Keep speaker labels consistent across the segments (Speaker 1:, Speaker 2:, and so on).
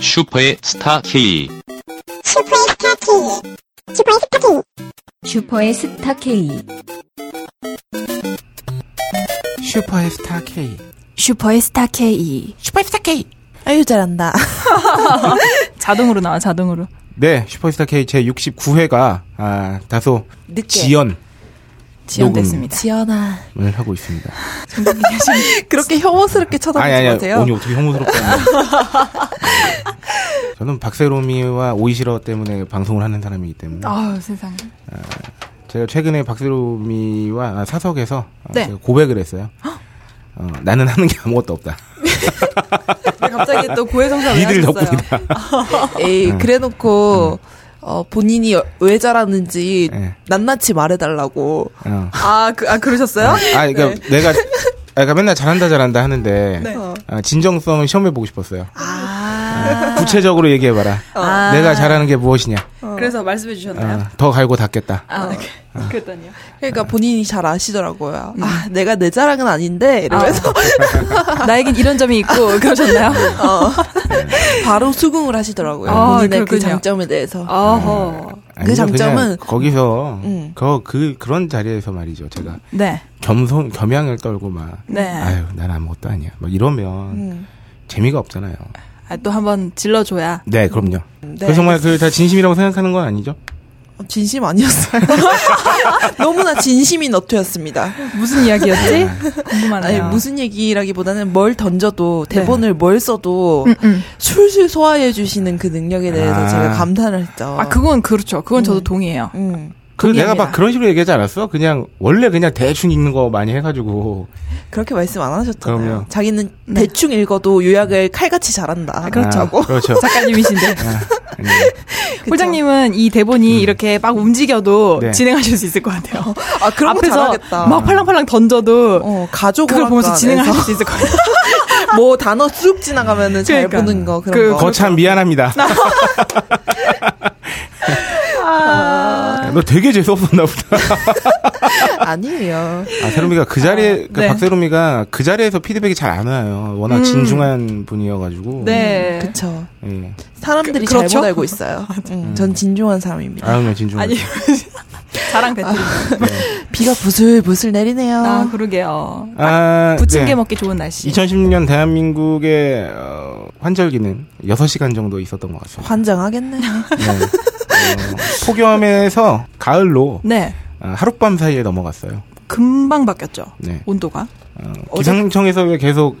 Speaker 1: 슈퍼의 스타 K.
Speaker 2: 슈퍼의 스타 K. 슈퍼의 스타 K.
Speaker 3: 슈퍼의 스타 K.
Speaker 4: 슈퍼의 스타 K.
Speaker 5: 슈퍼의 스타 K.
Speaker 4: 슈퍼의 스타 K.
Speaker 5: 아유, 잘한다. 자동으로 나와, 자동으로.
Speaker 4: 네, 슈퍼스타 K 제 69회가 아, 다소
Speaker 6: 늦게.
Speaker 4: 지연을
Speaker 5: 지연됐습니다.
Speaker 6: 지연아.
Speaker 4: 하고 있습니다.
Speaker 6: 그렇게 혐오스럽게 쳐다보지
Speaker 4: 아니 아니
Speaker 6: 마세요.
Speaker 4: 오니 어떻게 혐오스럽다는. 저는 박세롬이와 오이시러 때문에 방송을 하는 사람이기 때문에
Speaker 5: 아우, 세상에.
Speaker 4: 제가 최근에 박세롬이와 아, 사석에서 아,
Speaker 6: 네.
Speaker 4: 제가 고백을 했어요. 어, 나는 하는 게 아무것도 없다.
Speaker 6: 갑자기 또 고해성사 왜
Speaker 4: 니들
Speaker 6: 하셨어요?
Speaker 4: 덕분이다.
Speaker 6: 에이,
Speaker 4: 음.
Speaker 6: 그래놓고 어, 본인이 왜 잘하는지
Speaker 4: 네.
Speaker 6: 낱낱이 말해달라고.
Speaker 4: 어.
Speaker 6: 아, 그, 아 그러셨어요?
Speaker 4: 아, 그러니까 내가 아, 그러니까 맨날 잘한다 잘한다 하는데 아, 진정성을 시험해 보고 싶었어요. 아, 구체적으로 얘기해봐라. 내가 잘하는 게 무엇이냐.
Speaker 5: 그래서 말씀해 주셨나요?
Speaker 4: 아, 더 갈고 닦겠다.
Speaker 5: 아, 그랬더니요.
Speaker 6: 그러니까 본인이 잘 아시더라고요. 아, 내가 내 자랑은 아닌데 이러면서
Speaker 5: 나에겐 이런 점이 있고, 그러셨나요?
Speaker 6: 어. 바로 수긍을 하시더라고요. 아.
Speaker 5: 아,
Speaker 6: 본인의 그
Speaker 5: 그렇군요.
Speaker 6: 장점에 대해서.
Speaker 5: 어허.
Speaker 4: 아니면
Speaker 6: 장점은-
Speaker 4: 그냥 거기서
Speaker 6: 음.
Speaker 4: 그, 그 그런 자리에서 말이죠. 제가
Speaker 5: 네.
Speaker 4: 겸손 겸양을 떨고 막
Speaker 5: 네.
Speaker 4: 아유 난 아무것도 아니야. 막 이러면
Speaker 6: 음.
Speaker 4: 재미가 없잖아요.
Speaker 5: 아, 또 한번 질러줘야.
Speaker 4: 네, 그럼요.
Speaker 6: 네.
Speaker 4: 그래서 정말 그 다 진심이라고 생각하는 건 아니죠?
Speaker 6: 어, 진심 아니었어요. 너무나 진심인 어투였습니다.
Speaker 5: 무슨
Speaker 4: 네.
Speaker 5: 이야기였지?
Speaker 6: 아니,
Speaker 5: 궁금하네요.
Speaker 6: 무슨 얘기라기보다는 뭘 던져도 대본을 뭘 써도
Speaker 5: 음.
Speaker 6: 술술 소화해 주시는 그 능력에 대해서
Speaker 4: 아.
Speaker 6: 제가 감탄을 했죠.
Speaker 5: 아, 그건 그렇죠. 그건 저도 동의해요.
Speaker 6: 음.
Speaker 4: 그 내가
Speaker 5: 동의합니다.
Speaker 4: 막 그런 식으로 얘기하지 않았어? 그냥 원래 그냥 대충 읽는 거 많이 해가지고
Speaker 6: 그렇게 말씀 안 하셨잖아요.
Speaker 4: 그럼요.
Speaker 6: 자기는
Speaker 5: 네.
Speaker 6: 대충 읽어도 요약을 칼같이 잘한다.
Speaker 4: 아,
Speaker 6: 라고.
Speaker 4: 그렇죠.
Speaker 5: 작가님이신데.
Speaker 4: 아니,
Speaker 5: 홀장님은 이 대본이 이렇게 막 움직여도
Speaker 4: 음. 네.
Speaker 5: 진행하실 수 있을 것 같아요.
Speaker 6: 아, 그런 거
Speaker 5: 앞에서
Speaker 6: 잘하겠다.
Speaker 5: 막 팔랑팔랑 던져도
Speaker 6: 어, 가족
Speaker 5: 그걸 보면서
Speaker 6: 오락관에서
Speaker 5: 진행하실 수 있을 것 같아요.
Speaker 6: 뭐 단어 쑥 지나가면은 잘
Speaker 5: 그러니까.
Speaker 6: 보는 거 그런
Speaker 5: 그
Speaker 6: 거.
Speaker 4: 거참 미안합니다.
Speaker 5: 아.
Speaker 4: 아, 너 되게 재수 없었나 보다.
Speaker 6: 아니에요.
Speaker 4: 아, 세롬이가 그 자리에, 그러니까
Speaker 5: 네. 음.
Speaker 4: 박세롬이가 그 자리에서 피드백이 잘 안 와요. 워낙 진중한 분이어가지고.
Speaker 5: 네.
Speaker 6: 그쵸.
Speaker 4: 예.
Speaker 6: 사람들이
Speaker 5: 그- 그렇죠?
Speaker 6: 잘못 알고 있어요. 음, 전 진중한 사람입니다.
Speaker 4: 아유, 나 진중한.
Speaker 5: 아니, 자랑 배틀.
Speaker 6: 비가 부슬부슬 내리네요.
Speaker 5: 아, 그러게요.
Speaker 4: 아,
Speaker 5: 부침개
Speaker 4: 네.
Speaker 5: 먹기 좋은 날씨.
Speaker 4: 2016년 대한민국의 어, 환절기는 6시간 정도 있었던 것 같습니다.
Speaker 6: 환장하겠네.
Speaker 4: 네. 어, 폭염에서 가을로
Speaker 5: 네.
Speaker 4: 아, 하룻밤 사이에 넘어갔어요.
Speaker 5: 금방 바뀌었죠.
Speaker 4: 네.
Speaker 5: 온도가.
Speaker 4: 어, 기상청에서 왜 계속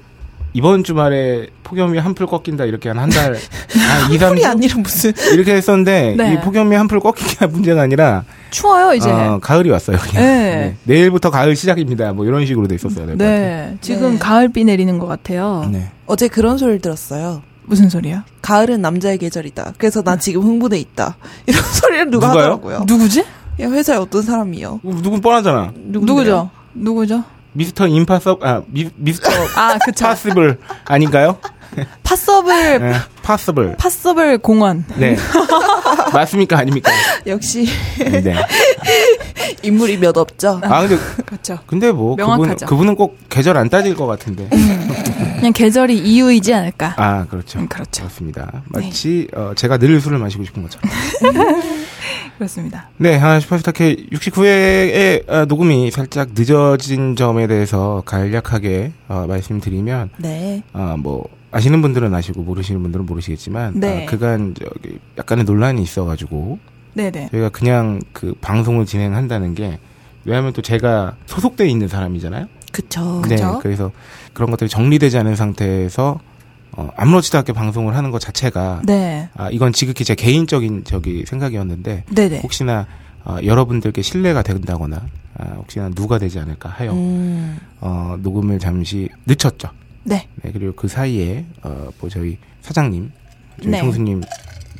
Speaker 4: 이번 주말에 폭염이 한풀 꺾인다 이렇게 한 한 달, 한 2, 3주
Speaker 6: 이 아니라 무슨
Speaker 4: 이렇게 했었는데
Speaker 5: 아, 네.
Speaker 4: 이 폭염이 한풀 꺾이기가 문제가 아니라
Speaker 5: 추워요, 이제.
Speaker 4: 어, 가을이 왔어요. 그냥.
Speaker 5: 네.
Speaker 4: 네. 내일부터 가을 시작입니다. 뭐 이런 식으로 돼 있었어야 될것
Speaker 5: 네. 지금
Speaker 6: 네.
Speaker 5: 가을비 내리는 것 같아요.
Speaker 4: 같아요. 네.
Speaker 6: 어제 그런 소리를 들었어요.
Speaker 5: 무슨 소리야?
Speaker 6: 가을은 남자의 계절이다. 그래서 나 지금 흥분해 있다. 이런 소리를 누가
Speaker 4: 누가요?
Speaker 6: 하더라고요.
Speaker 5: 누구지?
Speaker 6: 야, 회사에 어떤 사람이요?
Speaker 4: 어, 누군 뻔하잖아.
Speaker 6: 누군데요?
Speaker 5: 누구죠? 누구죠?
Speaker 4: 미스터 임파서 아 미, 미스터
Speaker 5: 아, 그쵸.
Speaker 4: 파스블 아닌가요?
Speaker 5: 팟섭을,
Speaker 4: 네. 파스블.
Speaker 5: 팟섭을 공원.
Speaker 4: 네. 맞습니까 아닙니까?
Speaker 6: 역시
Speaker 4: 네.
Speaker 6: 인물이 몇 없죠.
Speaker 4: 아 근데
Speaker 5: 그렇죠.
Speaker 4: 근데 뭐 그분
Speaker 5: 명확하죠.
Speaker 4: 그분은 꼭 계절 안 따질 것 같은데.
Speaker 5: 그냥 계절이 이유이지 않을까.
Speaker 4: 아 그렇죠.
Speaker 5: 음, 그렇죠.
Speaker 4: 그렇습니다.
Speaker 6: 네.
Speaker 4: 마치 어, 제가 늘 술을 마시고 싶은 것처럼.
Speaker 5: 그렇습니다.
Speaker 4: 네, 하나 슈퍼스타 K 69회의 어, 녹음이 살짝 늦어진 점에 대해서 간략하게 어, 말씀드리면,
Speaker 6: 네.
Speaker 4: 아, 뭐, 아시는 분들은 아시고 모르시는 분들은 모르시겠지만,
Speaker 5: 네.
Speaker 4: 아, 그간 저기 약간의 논란이 있어가지고,
Speaker 5: 네네.
Speaker 4: 저희가 그냥 그 방송을 진행한다는 게, 왜냐하면 또 제가 소속돼 있는 사람이잖아요.
Speaker 6: 어, 그쵸.
Speaker 4: 네,
Speaker 6: 그쵸.
Speaker 4: 그래서 그런 것들이 정리되지 않은 상태에서 어, 아무렇지도 않게 방송을 하는 것 자체가
Speaker 5: 네.
Speaker 4: 아, 이건 지극히 제 개인적인 저기 생각이었는데
Speaker 5: 네네.
Speaker 4: 혹시나 어, 여러분들께 신뢰가 된다거나 아, 혹시나 누가 되지 않을까 하여
Speaker 6: 음,
Speaker 4: 어, 녹음을 잠시 늦췄죠.
Speaker 5: 네.
Speaker 4: 네, 그리고 그 사이에 어, 뭐 저희 사장님, 저희
Speaker 5: 네.
Speaker 4: 형수님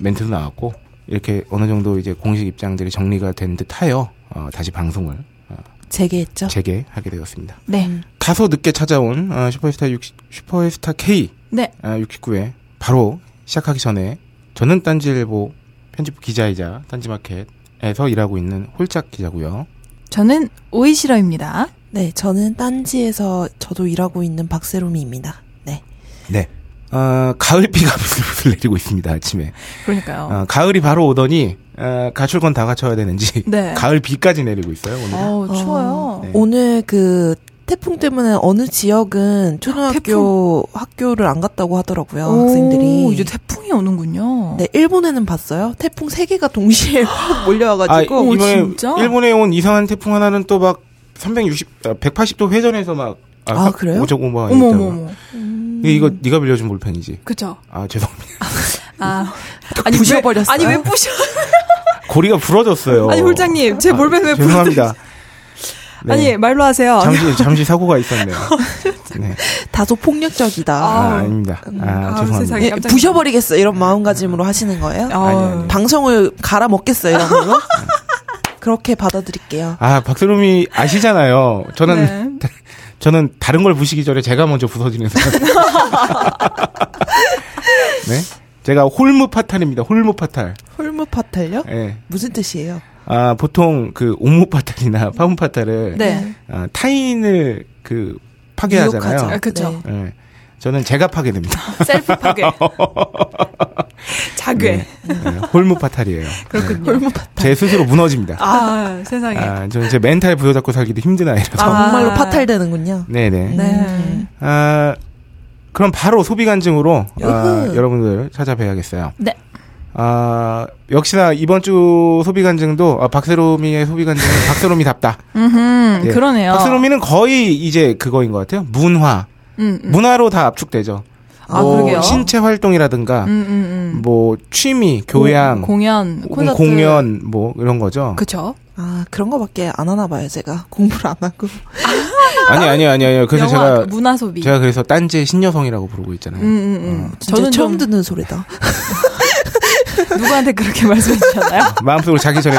Speaker 4: 멘트도 나왔고 이렇게 어느 정도 이제 공식 입장들이 정리가 된 듯하여 어, 다시 방송을 어,
Speaker 6: 재개했죠.
Speaker 4: 재개하게 되었습니다.
Speaker 6: 음.
Speaker 5: 네.
Speaker 4: 다소 늦게 찾아온 어, 슈퍼스타 60, 슈퍼스타 K
Speaker 5: 네.
Speaker 4: 아, 69회 바로 시작하기 전에 저는 딴지일보 편집 기자이자 딴지마켓에서 일하고 있는 홀짝 기자고요.
Speaker 5: 저는 오이시러입니다.
Speaker 6: 네, 저는 딴지에서 저도 일하고 있는 박세롬이입니다. 네.
Speaker 4: 네. 어, 가을비가 부슬부슬 내리고 있습니다 아침에.
Speaker 5: 그러니까요.
Speaker 4: 어, 가을이 바로 오더니 어, 갖출 건 다 갖춰야 되는지
Speaker 5: 네.
Speaker 4: 가을비까지 내리고 있어요 오늘.
Speaker 5: 어우, 추워요.
Speaker 4: 네.
Speaker 6: 오늘 그 태풍 때문에 어느 지역은 초등학교 학교를 안 갔다고 하더라고요.
Speaker 5: 오,
Speaker 6: 학생들이.
Speaker 5: 이제 태풍이 오는군요.
Speaker 6: 네, 일본에는 봤어요. 태풍 세 개가 동시에 확 몰려와가지고.
Speaker 5: 오,
Speaker 4: 아, 이번에
Speaker 5: 진짜?
Speaker 4: 일본에 온 이상한 태풍 하나는 또 막 360, 아, 180도 회전해서 막.
Speaker 6: 아, 그래요?
Speaker 4: 오적 오마
Speaker 5: 어머 어머 어머.
Speaker 4: 이거 네가 빌려준 볼펜이지.
Speaker 5: 그죠?
Speaker 4: 아 죄송합니다.
Speaker 5: 아
Speaker 6: 아니, 부셔버렸어요.
Speaker 5: 왜, 아니 왜 부셔?
Speaker 4: 고리가 부러졌어요.
Speaker 5: 아니 홀장님 제
Speaker 4: 아,
Speaker 5: 볼펜 왜 부셔?
Speaker 4: 죄송합니다. 네.
Speaker 5: 아니 뭐. 말로 하세요.
Speaker 4: 잠시 잠시 사고가 있었네요. 네.
Speaker 6: 다소 폭력적이다.
Speaker 4: 아,
Speaker 5: 아우. 음,
Speaker 4: 닙니다 아,
Speaker 5: 아우,
Speaker 4: 죄송합니다.
Speaker 5: 세상에.
Speaker 6: 예,
Speaker 5: 깜짝이야.
Speaker 6: 부셔버리겠어. 이런 마음가짐으로 하시는 거예요?
Speaker 5: 어,
Speaker 4: 아니, 아니.
Speaker 6: 방송을 갈아 먹겠어. 이런 걸로? 그렇게 받아들일게요.
Speaker 4: 아 박세롬이 아시잖아요. 저는
Speaker 5: 네.
Speaker 4: 저는 다른 걸 부시기 전에 제가 먼저 부서지는 사람. 네. 제가 홀무 파탈입니다. 홀무 파탈.
Speaker 6: 홀무 파탈요?
Speaker 4: 예.
Speaker 6: 무슨 뜻이에요?
Speaker 4: 아, 보통 그 옥무 파탈이나 파문 파탈을
Speaker 5: 네.
Speaker 4: 아, 타인을 그
Speaker 5: 아,
Speaker 4: 파괴하잖아요.
Speaker 5: 그쵸.
Speaker 6: 네.
Speaker 4: 예. 저는 제가 파괴됩니다.
Speaker 5: 셀프 파괴. 자괴.
Speaker 4: 네. 네, 홀무 파탈이에요. 네.
Speaker 5: 음. 그렇군요.
Speaker 6: 홀무 파탈.
Speaker 4: 제 스스로 무너집니다.
Speaker 5: 아 세상에.
Speaker 4: 아, 저는 제 멘탈 부여잡고 살기도 힘든 아이라서.
Speaker 5: 아.
Speaker 6: 정말로 파탈되는군요.
Speaker 4: 네네.
Speaker 5: 네.
Speaker 4: 아, 그럼 바로 소비 간증으로 아,
Speaker 6: 으흐.
Speaker 4: 여러분들 찾아뵈야겠어요.
Speaker 5: 네.
Speaker 4: 아, 역시나 이번 주 소비 간증도 아, 박세롬이의 소비 간증은 박세롬이답다.
Speaker 5: 음
Speaker 4: 예.
Speaker 5: 그러네요.
Speaker 4: 박세롬이는 거의 이제 그거인 것 같아요. 문화.
Speaker 5: 음, 음.
Speaker 4: 문화로 다 압축되죠.
Speaker 5: 아,
Speaker 4: 뭐
Speaker 5: 그러게요.
Speaker 4: 신체 활동이라든가
Speaker 5: 음, 음, 음.
Speaker 4: 뭐 취미, 교양,
Speaker 5: 공- 공연,
Speaker 4: 공-
Speaker 5: 콘서트.
Speaker 4: 공연 뭐 이런 거죠.
Speaker 5: 그쵸.
Speaker 6: 아, 그런 거밖에 안 하나 봐요, 제가. 공부를 안 하고.
Speaker 4: 아니 아니 아니 아니. 그래서
Speaker 5: 영화,
Speaker 4: 제가
Speaker 5: 문화 소비.
Speaker 4: 제가 어. 그래서 딴지의 신여성이라고 부르고 있잖아요.
Speaker 5: 음, 음, 음.
Speaker 6: 진짜
Speaker 5: 저는
Speaker 6: 처음
Speaker 5: 처음 듣
Speaker 6: 듣는 소리다.
Speaker 5: 누구한테 그렇게 말씀해 주셨나요?
Speaker 4: 마음속으로 자기 전에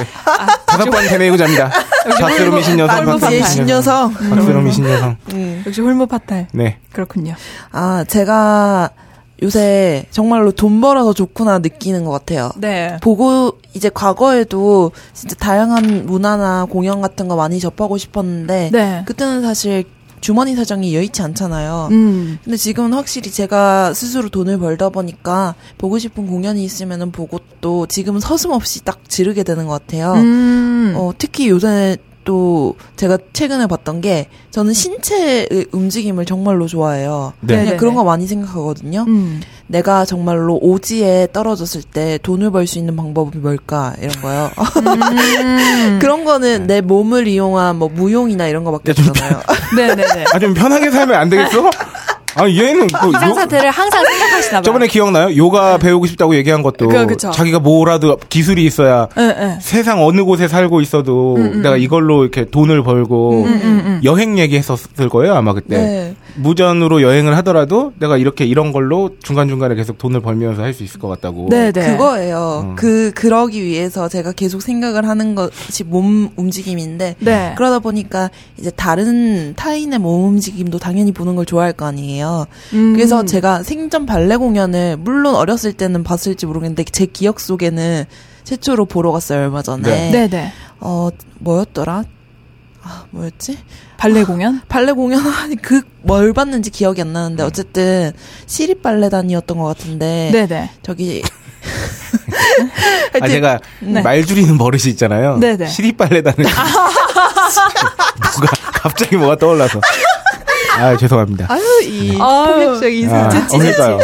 Speaker 4: 다섯 번 되뇌고 잡니다. 박세롬이 신여성,
Speaker 5: 아. 말고
Speaker 4: 박세롬이
Speaker 5: 박세롬이
Speaker 4: 신여성,
Speaker 6: 신여성.
Speaker 4: 박세롬이 신여성.
Speaker 6: 음.
Speaker 5: 역시 홀모 파탈.
Speaker 4: 네.
Speaker 5: 그렇군요.
Speaker 6: 아, 제가 요새 정말로 돈 벌어서 좋구나 느끼는 것 같아요.
Speaker 5: 네.
Speaker 6: 보고 이제 과거에도 진짜 다양한 문화나 공연 같은 거 많이 접하고 싶었는데
Speaker 5: 네.
Speaker 6: 그때는 사실 주머니 사정이 여의치
Speaker 4: 그,
Speaker 6: 않잖아요.
Speaker 5: 음.
Speaker 6: 근데 지금은 확실히 제가 스스로 돈을 벌다 보니까 보고 싶은 공연이 있으면은 보고 또 지금은 서슴없이 딱 지르게 되는 것 같아요.
Speaker 5: 음.
Speaker 6: 어, 특히 요새 또 제가 최근에 봤던 게 저는 신체의 움직임을 정말로 좋아해요.
Speaker 4: 네.
Speaker 6: 그냥
Speaker 5: 네네네.
Speaker 6: 그런 거 많이 생각하거든요.
Speaker 5: 음.
Speaker 6: 내가 정말로 오지에 떨어졌을 때 돈을 벌 수 있는 방법이 뭘까 이런 거요. 그런 거는 내 몸을 이용한 뭐 무용이나 이런 거밖에
Speaker 4: 야, 네. 좀
Speaker 6: 없잖아요.
Speaker 5: 네네네.
Speaker 4: 아 좀 편하게 살면 안 되겠어? 아 얘는 또 요-
Speaker 5: 상사태를 항상 생각하시나 봐요.
Speaker 4: 저번에 기억나요? 요가 배우고 싶다고 얘기한 것도
Speaker 5: 그, 그쵸.
Speaker 4: 자기가 뭐라도 기술이 있어야
Speaker 5: 예, 예.
Speaker 4: 세상 어느 곳에 살고 있어도
Speaker 5: 음,
Speaker 4: 내가 이걸로 이렇게 돈을 벌고 음, 여행 얘기했었을 거예요 아마 그때
Speaker 6: 네.
Speaker 4: 무전으로 여행을 하더라도 내가 이렇게 이런 걸로 중간 중간에 계속 돈을 벌면서 할 수 있을 것 같다고
Speaker 5: 네네.
Speaker 6: 그거예요.
Speaker 4: 음.
Speaker 6: 그 그러기 위해서 제가 계속 생각을 하는 것이 몸 움직임인데
Speaker 5: 네.
Speaker 6: 그러다 보니까 이제 다른 타인의 몸 움직임도 당연히 보는 걸 좋아할 거 아니에요.
Speaker 5: 음.
Speaker 6: 그래서 제가 생전 발레 공연을 물론 어렸을 때는 봤을지 모르겠는데 제 기억 속에는 최초로 보러 갔어요 얼마 전에.
Speaker 4: 네.
Speaker 5: 네네.
Speaker 6: 어 뭐였더라? 아 뭐였지?
Speaker 5: 발레 공연?
Speaker 6: 발레 공연 아니 그 뭘 봤는지 기억이 안 나는데 어쨌든 시립 발레단이었던 것 같은데
Speaker 5: 음. 네네.
Speaker 6: 저기
Speaker 4: 아 제가
Speaker 5: 네.
Speaker 4: 말 줄이는 버릇이 있잖아요
Speaker 5: 네네.
Speaker 4: 시립 발레단은 뭐가 갑자기 뭐가 떠올라서 아 죄송합니다
Speaker 6: 아유
Speaker 4: 네.
Speaker 6: 이
Speaker 5: 아유.
Speaker 6: 폭력적인
Speaker 4: 아,
Speaker 6: 사람.
Speaker 4: 그러니까요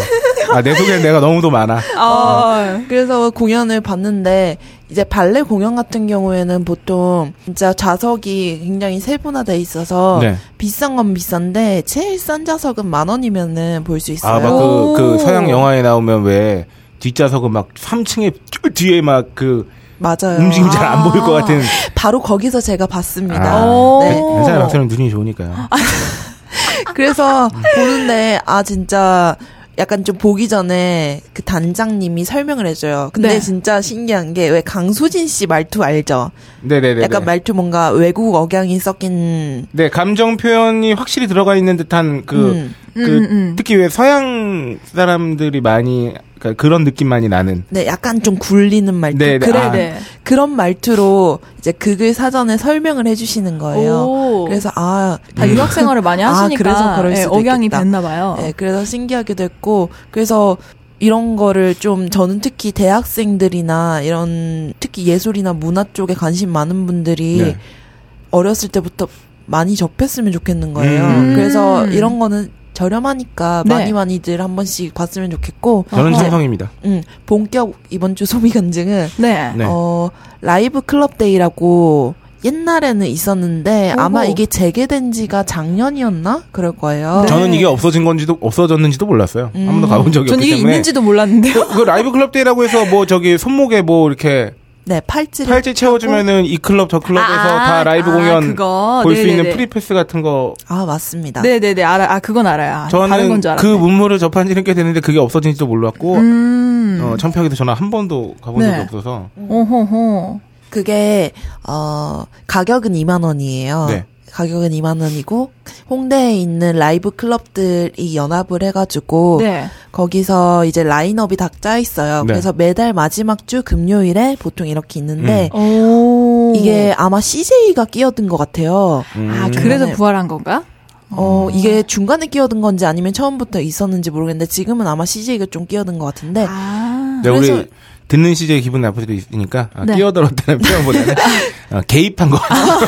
Speaker 4: 아내 속에 내가 너무도 많아
Speaker 5: 아,
Speaker 6: 그래서 공연을 봤는데 이제 발레 공연 같은 경우에는 보통 진짜 좌석이 굉장히 세분화돼 있어서
Speaker 4: 네.
Speaker 6: 비싼 건 비싼데 제일 싼 좌석은 만 원이면은 볼 수 있어요.
Speaker 4: 아 막 그 그
Speaker 5: 오.
Speaker 4: 서양 영화에 나오면 왜 뒷좌석은 막 3층에 뒤에 막그
Speaker 6: 맞아요.
Speaker 4: 움직임 잘
Speaker 5: 아.
Speaker 4: 안 보일 것 같은.
Speaker 6: 바로 거기서 제가 봤습니다.
Speaker 5: 아. 오.
Speaker 4: 네. 괜찮아요. 박사님 눈이 좋으니까요.
Speaker 6: 아, 그래서 보는데 아 진짜 약간 좀 보기 전에 그 단장님이 설명을 해줘요. 근데
Speaker 5: 네.
Speaker 6: 진짜 신기한 게 왜 강수진 씨 말투 알죠?
Speaker 4: 네네네.
Speaker 6: 약간 말투 뭔가 외국 억양이 섞인
Speaker 4: 네, 감정 표현이 확실히 들어가 있는 듯한 그
Speaker 6: 음.
Speaker 5: 음,
Speaker 4: 그
Speaker 5: 음, 음.
Speaker 4: 특히 왜 서양 사람들이 많이 그러니까 그런 느낌 많이 나는
Speaker 6: 네, 약간 좀 굴리는 말투.
Speaker 4: 네, 네.
Speaker 6: 그래,
Speaker 4: 아.
Speaker 5: 네.
Speaker 6: 그런 말투로 이제 극을 사전에 설명을 해주시는 거예요.
Speaker 5: 오.
Speaker 6: 그래서 아,
Speaker 4: 음.
Speaker 5: 다 유학 생활을 많이
Speaker 6: 아,
Speaker 5: 하시니까
Speaker 6: 그래서 그럴
Speaker 5: 예,
Speaker 6: 수도
Speaker 5: 억양이
Speaker 6: 있겠다.
Speaker 5: 됐나 봐요.
Speaker 6: 네, 그래서 신기하기도 했고, 그래서 이런 거를 좀 저는 특히 대학생들이나 이런 특히 예술이나 문화 쪽에 관심 많은 분들이
Speaker 5: 예.
Speaker 4: 네.
Speaker 6: 어렸을 때부터 많이 접했으면 좋겠는 거예요.
Speaker 4: 음.
Speaker 6: 그래서 이런 거는 저렴하니까
Speaker 5: 네.
Speaker 6: 많이 많이들 한 번씩 봤으면 좋겠고,
Speaker 4: 저는
Speaker 5: 어허.
Speaker 4: 찬성입니다.
Speaker 6: 음, 본격 이번 주 소비 간증은
Speaker 5: 네.
Speaker 4: 네.
Speaker 6: 어, 라이브 클럽 데이라고 옛날에는 있었는데
Speaker 5: 오호.
Speaker 6: 아마 이게 재개된 지가 작년이었나 그럴 거예요.
Speaker 5: 네.
Speaker 4: 저는 이게 없어진 건지도 없어졌는지도 몰랐어요. 한 번도 가본 적이
Speaker 5: 전
Speaker 4: 없기
Speaker 5: 이게
Speaker 4: 때문에.
Speaker 5: 있는지도 몰랐는데요.
Speaker 4: 그 라이브 클럽 데이라고 해서 뭐 저기 손목에 뭐 이렇게
Speaker 6: 네, 팔찌를
Speaker 4: 팔찌 채워주면은 이 클럽 저 클럽에서
Speaker 5: 아,
Speaker 4: 다 라이브
Speaker 5: 아,
Speaker 4: 공연
Speaker 5: 그거.
Speaker 4: 볼 수
Speaker 5: 네네네.
Speaker 4: 있는 프리패스 같은 거
Speaker 6: 아 맞습니다.
Speaker 5: 네, 네, 네. 알아. 아, 그건 알아요. 아, 다른
Speaker 4: 저는
Speaker 5: 건 줄 알았네.
Speaker 4: 그 문물을 접한 지는 꽤 됐는데 그게 없어진지도 몰랐고
Speaker 5: 음.
Speaker 4: 어, 창피하게도 저는 한 번도 가본 적이
Speaker 5: 네.
Speaker 4: 없어서
Speaker 5: 오호호.
Speaker 6: 그게 어 가격은 2만 원이에요.
Speaker 4: 네.
Speaker 6: 가격은 2만 원이고 홍대에 있는 라이브 클럽들이 연합을
Speaker 4: 어.
Speaker 6: 해가지고
Speaker 5: 네.
Speaker 6: 거기서 이제 라인업이 딱 짜 있어요.
Speaker 4: 네.
Speaker 6: 그래서 매달 마지막 주 금요일에 보통 이렇게 있는데
Speaker 5: 음. 오.
Speaker 6: 이게 아마 CJ가 끼어든 것 같아요.
Speaker 5: 아, 그래서
Speaker 6: 음.
Speaker 5: 부활한 건가?
Speaker 6: 어,
Speaker 5: 음.
Speaker 6: 이게 중간에 끼어든 건지 아니면 처음부터 있었는지 모르겠는데 지금은 아마 CJ가 좀 끼어든 것 같은데
Speaker 5: 아.
Speaker 4: 네,
Speaker 6: 그래서-
Speaker 4: 우리 듣는 시제 기분 나쁠 수도 있으니까 아,
Speaker 5: 네.
Speaker 4: 끼어들었다는 표현보다는 어, 개입한 것 같아요.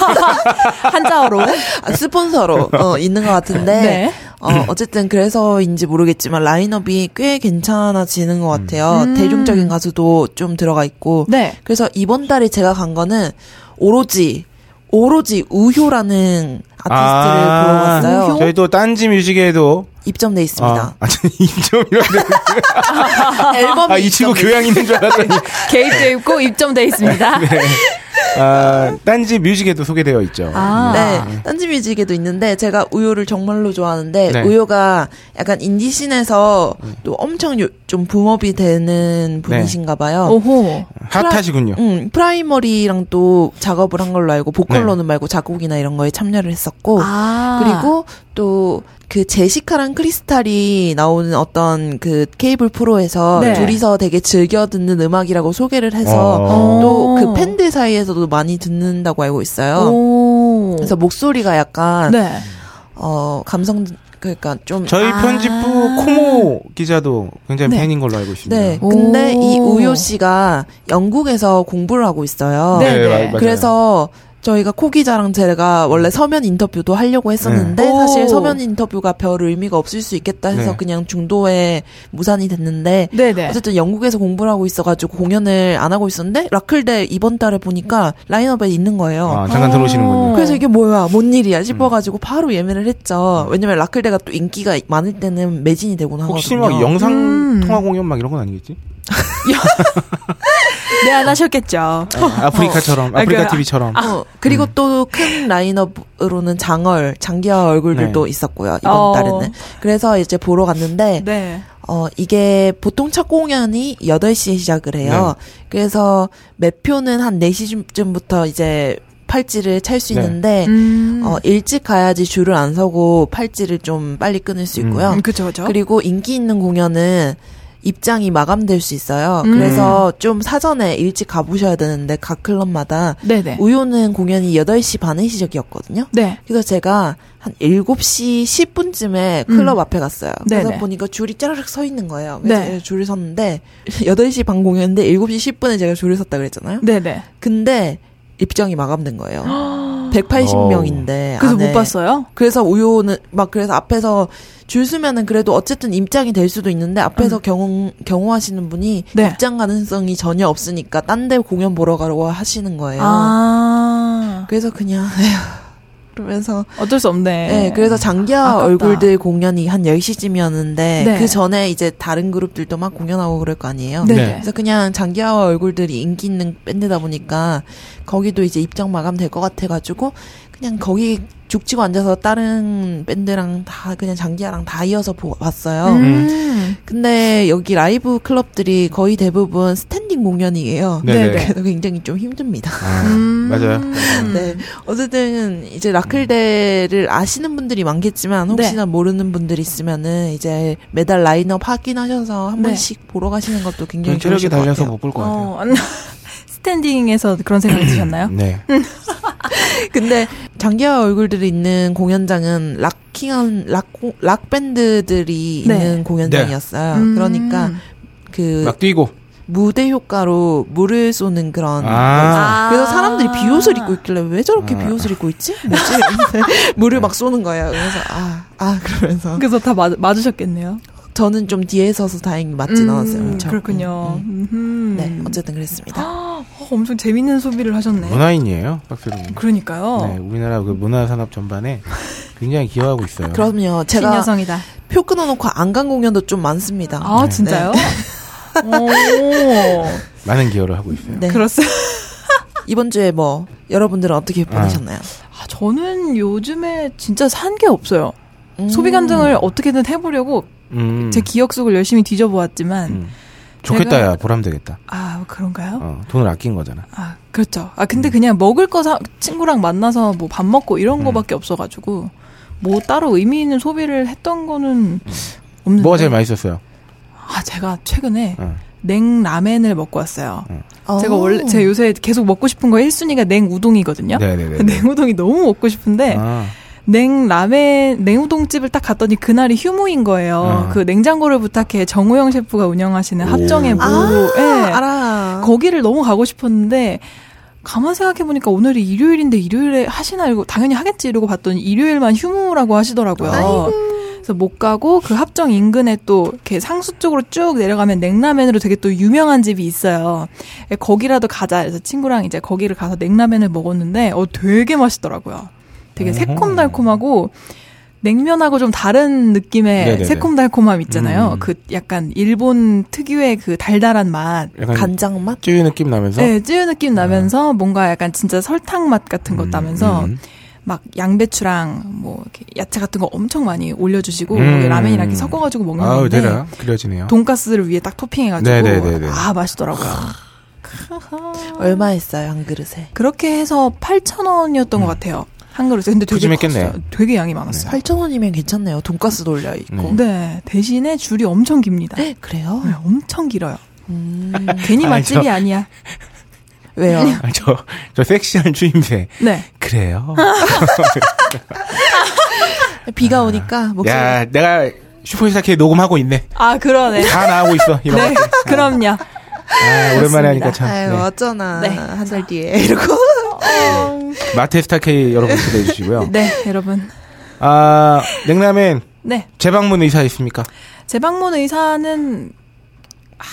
Speaker 5: 한자어로.
Speaker 6: 아, 스폰서로 어, 있는 것 같은데
Speaker 5: 네.
Speaker 6: 어, 어쨌든 그래서인지 모르겠지만 라인업이 꽤 괜찮아지는 것 같아요.
Speaker 5: 음.
Speaker 6: 대중적인 가수도 좀 들어가 있고
Speaker 5: 네.
Speaker 6: 그래서 이번 달에 제가 간 거는 오로지 오로지 우효라는 아티스트를 보러 갔어요.
Speaker 5: 우효?
Speaker 4: 아, 저희 또 딴지 뮤직에도
Speaker 6: 입점돼 있습니다.
Speaker 4: 아, 아, 저 입점이라는데
Speaker 6: 앨범이
Speaker 4: 아, 이 친구
Speaker 6: 입점돼
Speaker 4: 교양 있는 줄 알았더니
Speaker 5: 개입돼 있고 입점돼 있습니다.
Speaker 4: 아, 딴지 뮤직에도 소개되어 있죠.
Speaker 5: 아.
Speaker 6: 네, 딴지뮤직에도 있는데 제가 우효를 정말로 좋아하는데
Speaker 4: 네. 음.
Speaker 6: 우효가 약간 인디씬에서 또 엄청 요- 좀 붐업이 되는 분이신가봐요.
Speaker 5: 오호.
Speaker 4: 네. 어, 핫하시군요.
Speaker 6: 음, 프라이머리랑 또 작업을 한 걸로 알고
Speaker 4: 네.
Speaker 6: 보컬로는 말고 작곡이나 이런 거에 참여를 했었고
Speaker 5: 아.
Speaker 6: 그리고 또 그 제시카랑 크리스탈이 나오는 어떤 그 케이블 프로에서
Speaker 5: 네.
Speaker 6: 둘이서 되게 즐겨 듣는 음악이라고 소개를 해서
Speaker 4: 어.
Speaker 6: 또 그 팬들 사이에서도 많이 듣는다고 알고 있어요.
Speaker 5: 오.
Speaker 6: 그래서 뭐 목소리가 약간
Speaker 5: 네.
Speaker 6: 어 감성 그러니까 좀
Speaker 4: 저희
Speaker 5: 아.
Speaker 4: 편집부 코모 기자도 굉장히
Speaker 5: 네.
Speaker 4: 팬인 걸로 알고 있습니다.
Speaker 6: 네.
Speaker 5: 오.
Speaker 6: 근데 이 우효 씨가 영국에서 공부를 하고 있어요.
Speaker 5: 네, 네.
Speaker 4: 맞- 맞아요.
Speaker 6: 그래서 저희가 코기자랑 제가 원래 서면 인터뷰도 하려고 했었는데
Speaker 5: 네. 오.
Speaker 6: 사실 서면 인터뷰가 별 의미가 없을 수 있겠다 해서
Speaker 4: 네.
Speaker 6: 그냥 중도에 무산이 됐는데
Speaker 5: 네네.
Speaker 6: 어쨌든 영국에서 공부를 하고 있어가지고 공연을 안 하고 있었는데 라클대 이번 달에 보니까 라인업에 있는 거예요.
Speaker 4: 아, 잠깐
Speaker 5: 어.
Speaker 4: 들어오시는군요. 음.
Speaker 6: 그래서 이게 뭐야, 뭔 일이야 싶어가지고 바로 예매를 했죠. 왜냐면 라클대가 또 인기가 많을 때는 매진이 되곤 하거든요.
Speaker 4: 혹시 막 영상
Speaker 5: 음.
Speaker 4: 통화 공연 막 이런 건 아니겠지?
Speaker 5: 네, 안 하셨겠죠.
Speaker 4: 아, 프리카처럼
Speaker 6: 그러니까
Speaker 5: 아,
Speaker 4: 아프리카 음.
Speaker 5: 그-
Speaker 4: TV처럼.
Speaker 6: 어, 그리고 또 큰 라인업으로는 장얼, 장기하 얼굴들도
Speaker 4: 네.
Speaker 6: 있었고요, 이번
Speaker 5: 어.
Speaker 6: 달에는. 그래서 이제 보러 갔는데,
Speaker 5: 네.
Speaker 6: 어, 이게 보통 첫 공연이 8시에 시작을 해요.
Speaker 4: 네.
Speaker 6: 그래서 매표는 한 4시쯤부터 이제 팔찌를 찰 수
Speaker 4: 네.
Speaker 6: 있는데,
Speaker 5: 음.
Speaker 6: 어, 일찍 가야지 줄을 안 서고 팔찌를 좀 빨리 끊을 수 있고요.
Speaker 5: 음, 그쵸, 그쵸.
Speaker 6: 어. 그리고 인기 있는 공연은 입장이 마감될 수 있어요.
Speaker 5: 음.
Speaker 6: 그래서 좀 사전에 일찍 가보셔야 되는데 각 클럽마다
Speaker 5: 네네.
Speaker 6: 우효는 공연이 8시 반에 시작이었거든요.
Speaker 5: 네.
Speaker 6: 그래서 제가 한 7시 10분쯤에 클럽
Speaker 5: 음.
Speaker 6: 앞에 갔어요. 그래서
Speaker 5: 네네.
Speaker 6: 보니까 줄이 짜르륵 서 있는 거예요. 그래서
Speaker 5: 네.
Speaker 6: 줄을 섰는데 8시 반 공연인데 7시 10분에 제가 줄을 섰다 그랬잖아요.
Speaker 5: 네네.
Speaker 6: 근데 입장이 마감된 거예요. 180명인데
Speaker 5: 그래서 못 봤어요?
Speaker 6: 그래서 우효는 막 그래서 앞에서 줄 서면은 그래도 어쨌든 입장이 될 수도 있는데
Speaker 5: 음.
Speaker 6: 앞에서 경호 경호하시는 분이
Speaker 5: 네.
Speaker 6: 입장 가능성이 전혀 없으니까 딴 데 공연 보러 가라고 하시는 거예요.
Speaker 5: 아.
Speaker 6: 그래서 그냥 에휴 그러면서
Speaker 5: 어쩔 수 없네.
Speaker 6: 예, 그래서 장기하
Speaker 5: 아깝다.
Speaker 6: 얼굴들 공연이 한 10시쯤이었는데
Speaker 5: 네.
Speaker 6: 그 전에 이제 다른 그룹들도 막 공연하고 그럴 거 아니에요.
Speaker 5: 네네.
Speaker 4: 네.
Speaker 6: 그래서 그냥 장기하 얼굴들이 인기 있는 밴드다 보니까 거기도 이제 입장 마감 될 것 같아가지고 그냥 거기 죽치고 앉아서 다른 밴드랑 다 그냥 장기하랑 다 이어서 보, 봤어요.
Speaker 5: 음.
Speaker 6: 근데 여기 라이브 클럽들이 거의 대부분 스탠딩 1인 공연이에요.
Speaker 4: 네네.
Speaker 5: 네네.
Speaker 6: 그래서 굉장히 좀 힘듭니다.
Speaker 4: 아,
Speaker 5: 음.
Speaker 4: 맞아요.
Speaker 6: 네. 어쨌든 이제 라클데를 아시는 분들이
Speaker 4: 네.
Speaker 6: 많겠지만 혹시나 모르는 분들 있으면은 이제 매달 라인업 확인하셔서 한
Speaker 5: 네.
Speaker 6: 번씩 보러 가시는 것도
Speaker 4: 저는
Speaker 6: 굉장히
Speaker 4: 체력이
Speaker 6: 좋으실 것
Speaker 4: 달려서
Speaker 6: 같아요.
Speaker 4: 못 볼 것 같아요.
Speaker 5: 어, 안- 스탠딩에서 그런 생각 드셨나요?
Speaker 4: 네.
Speaker 6: 근데 장기하 얼굴들이 있는 공연장은 락킹한 락, 공- 락 밴드들이
Speaker 5: 네.
Speaker 6: 있는 공연장이었어요.
Speaker 5: 음.
Speaker 6: 그러니까 그
Speaker 4: 막 뛰고.
Speaker 6: 무대 효과로 물을 쏘는 그런
Speaker 4: 아.
Speaker 6: 그래서 사람들이 비옷을 입고 있길래 왜 저렇게
Speaker 4: 아. 네.
Speaker 6: 비옷을 입고 있지? 뭐지? 이러면서 물을 막 쏘는 거예요. 그래서 아, 아 그러면서
Speaker 5: 그래서 다 맞, 맞으셨겠네요.
Speaker 6: 저는 좀 뒤에 서서 다행히 맞진
Speaker 5: 음,
Speaker 6: 않았어요. 엄청.
Speaker 5: 그렇군요.
Speaker 6: 음,
Speaker 5: 음흠.
Speaker 6: 음. 네, 어쨌든 그랬습니다.
Speaker 5: 아, 어, 엄청 재밌는 소비를 하셨네. 어.
Speaker 4: 문화인이에요, 박수롱.
Speaker 5: 그러니까요.
Speaker 4: 네, 우리나라 그 문화산업 전반에 굉장히 기여하고 있어요.
Speaker 6: 그럼요.
Speaker 5: 신
Speaker 6: 제가
Speaker 5: 여성이다.
Speaker 6: 표 끊어놓고 안 간 공연도 좀 많습니다.
Speaker 5: 아
Speaker 4: 네.
Speaker 5: 진짜요? 오,
Speaker 4: 많은 기여를 하고 있어요.
Speaker 6: 네.
Speaker 5: 그렇어요.
Speaker 6: 이번 주에 뭐 여러분들은 어떻게 보내셨나요?
Speaker 5: 아, 저는 요즘에 진짜 산 게 없어요.
Speaker 6: 음.
Speaker 5: 소비 감정을 어떻게든 해보려고
Speaker 4: 음.
Speaker 5: 제 기억 속을 열심히 뒤져보았지만
Speaker 4: 음. 좋겠다야 보람되겠다.
Speaker 5: 아 그런가요?
Speaker 4: 어, 돈을 아낀 거잖아.
Speaker 5: 아 그렇죠. 아
Speaker 6: 음.
Speaker 5: 근데 그냥 먹을 거 사, 친구랑 만나서 뭐 밥 먹고 이런 거밖에 없어가지고 뭐 따로 의미 있는 소비를 했던 거는 없는데.
Speaker 4: 뭐가 제일 맛있었어요?
Speaker 5: 아 제가 최근에
Speaker 4: 어.
Speaker 5: 냉라멘을 먹고 왔어요.
Speaker 6: 어.
Speaker 5: 제가 원래 제가 요새 계속 먹고 싶은 거 1순위가 냉우동이거든요.
Speaker 4: 네네네.
Speaker 5: 냉우동이 너무 먹고 싶은데
Speaker 4: 아,
Speaker 5: 냉라멘 냉우동집을 딱 갔더니 그날이 휴무인 거예요.
Speaker 4: 아.
Speaker 5: 그 냉장고를 부탁해 정우영 셰프가 운영하시는
Speaker 4: 오.
Speaker 5: 합정의 모.
Speaker 6: 아,
Speaker 5: 예.
Speaker 6: 알아.
Speaker 4: 그러니까.
Speaker 5: 거기를 너무 가고 싶었는데 가만 생각해 보니까 오늘이 일요일인데 일요일에 하시나 이고 당연히 하겠지 이러고 봤더니 일요일만 휴무라고 하시더라고요. 그래서 못 가고 그 합정 인근에 또 이렇게 상수 쪽으로 쭉 내려가면 냉라면으로 되게 또 유명한 집이 있어요. 예, 거기라도 가자. 그래서 친구랑 이제 거기를 가서 냉라면을 먹었는데 어 되게 맛있더라고요. 되게
Speaker 4: 어허.
Speaker 5: 새콤달콤하고 냉면하고 좀 다른 느낌의
Speaker 4: 네네네.
Speaker 5: 새콤달콤함 있잖아요.
Speaker 4: 음.
Speaker 5: 그 약간 일본 특유의 그 달달한 맛.
Speaker 4: 약간
Speaker 6: 간장 맛?
Speaker 4: 쯔유 느낌 나면서. 네.
Speaker 5: 네, 찌유 느낌 나면서 뭔가 약간 진짜 설탕 맛 같은 것
Speaker 4: 음,
Speaker 5: 나면서
Speaker 4: 음.
Speaker 5: 막 양배추랑 뭐 이렇게 야채 같은 거 엄청 많이 올려주시고
Speaker 4: 음.
Speaker 5: 거기에 라면이랑 이렇게 섞어가지고 먹는
Speaker 4: 아우
Speaker 5: 건데
Speaker 4: 대라 그려지네요.
Speaker 5: 돈가스를 위에 딱 토핑해가지고
Speaker 4: 네네네네.
Speaker 5: 아 맛있더라고요.
Speaker 6: 얼마 했어요 한 그릇에?
Speaker 5: 그렇게 해서 8천 원이었던 것 같아요 한 그릇에 근데 되게
Speaker 4: 푸짐했겠네요.
Speaker 5: 컸어요. 되게 양이 많았어요.
Speaker 6: 8,000원이면 괜찮네요. 돈가스도 올려
Speaker 4: 네.
Speaker 6: 있고.
Speaker 5: 네 대신에 줄이 엄청 깁니다. 네,
Speaker 6: 그래요?
Speaker 5: 엄청 길어요.
Speaker 6: 음.
Speaker 5: 괜히
Speaker 4: 아니,
Speaker 5: 맛집이
Speaker 4: 저-
Speaker 5: 아니야.
Speaker 6: 왜요?
Speaker 4: 아, 저, 저 섹시한 주임새.
Speaker 5: 네.
Speaker 4: 그래요?
Speaker 6: 비가 오니까 뭐 목소리
Speaker 4: 야, 내가 슈퍼스타 K 녹음하고 있네.
Speaker 5: 아 그러네.
Speaker 4: 다 나오고 있어. 이런
Speaker 5: 네.
Speaker 4: 것들.
Speaker 5: 그럼요.
Speaker 4: 아, 오랜만에 하니까 참.
Speaker 6: 아유
Speaker 4: 네.
Speaker 6: 어쩌나
Speaker 5: 네.
Speaker 6: 한 달 뒤에 이러고
Speaker 4: 마태 스타 K 여러분 기대해 주시고요.
Speaker 5: 네 여러분.
Speaker 4: 아, 냉라면
Speaker 5: 네.
Speaker 4: 재방문 의사 있습니까?
Speaker 5: 재방문 의사는 아,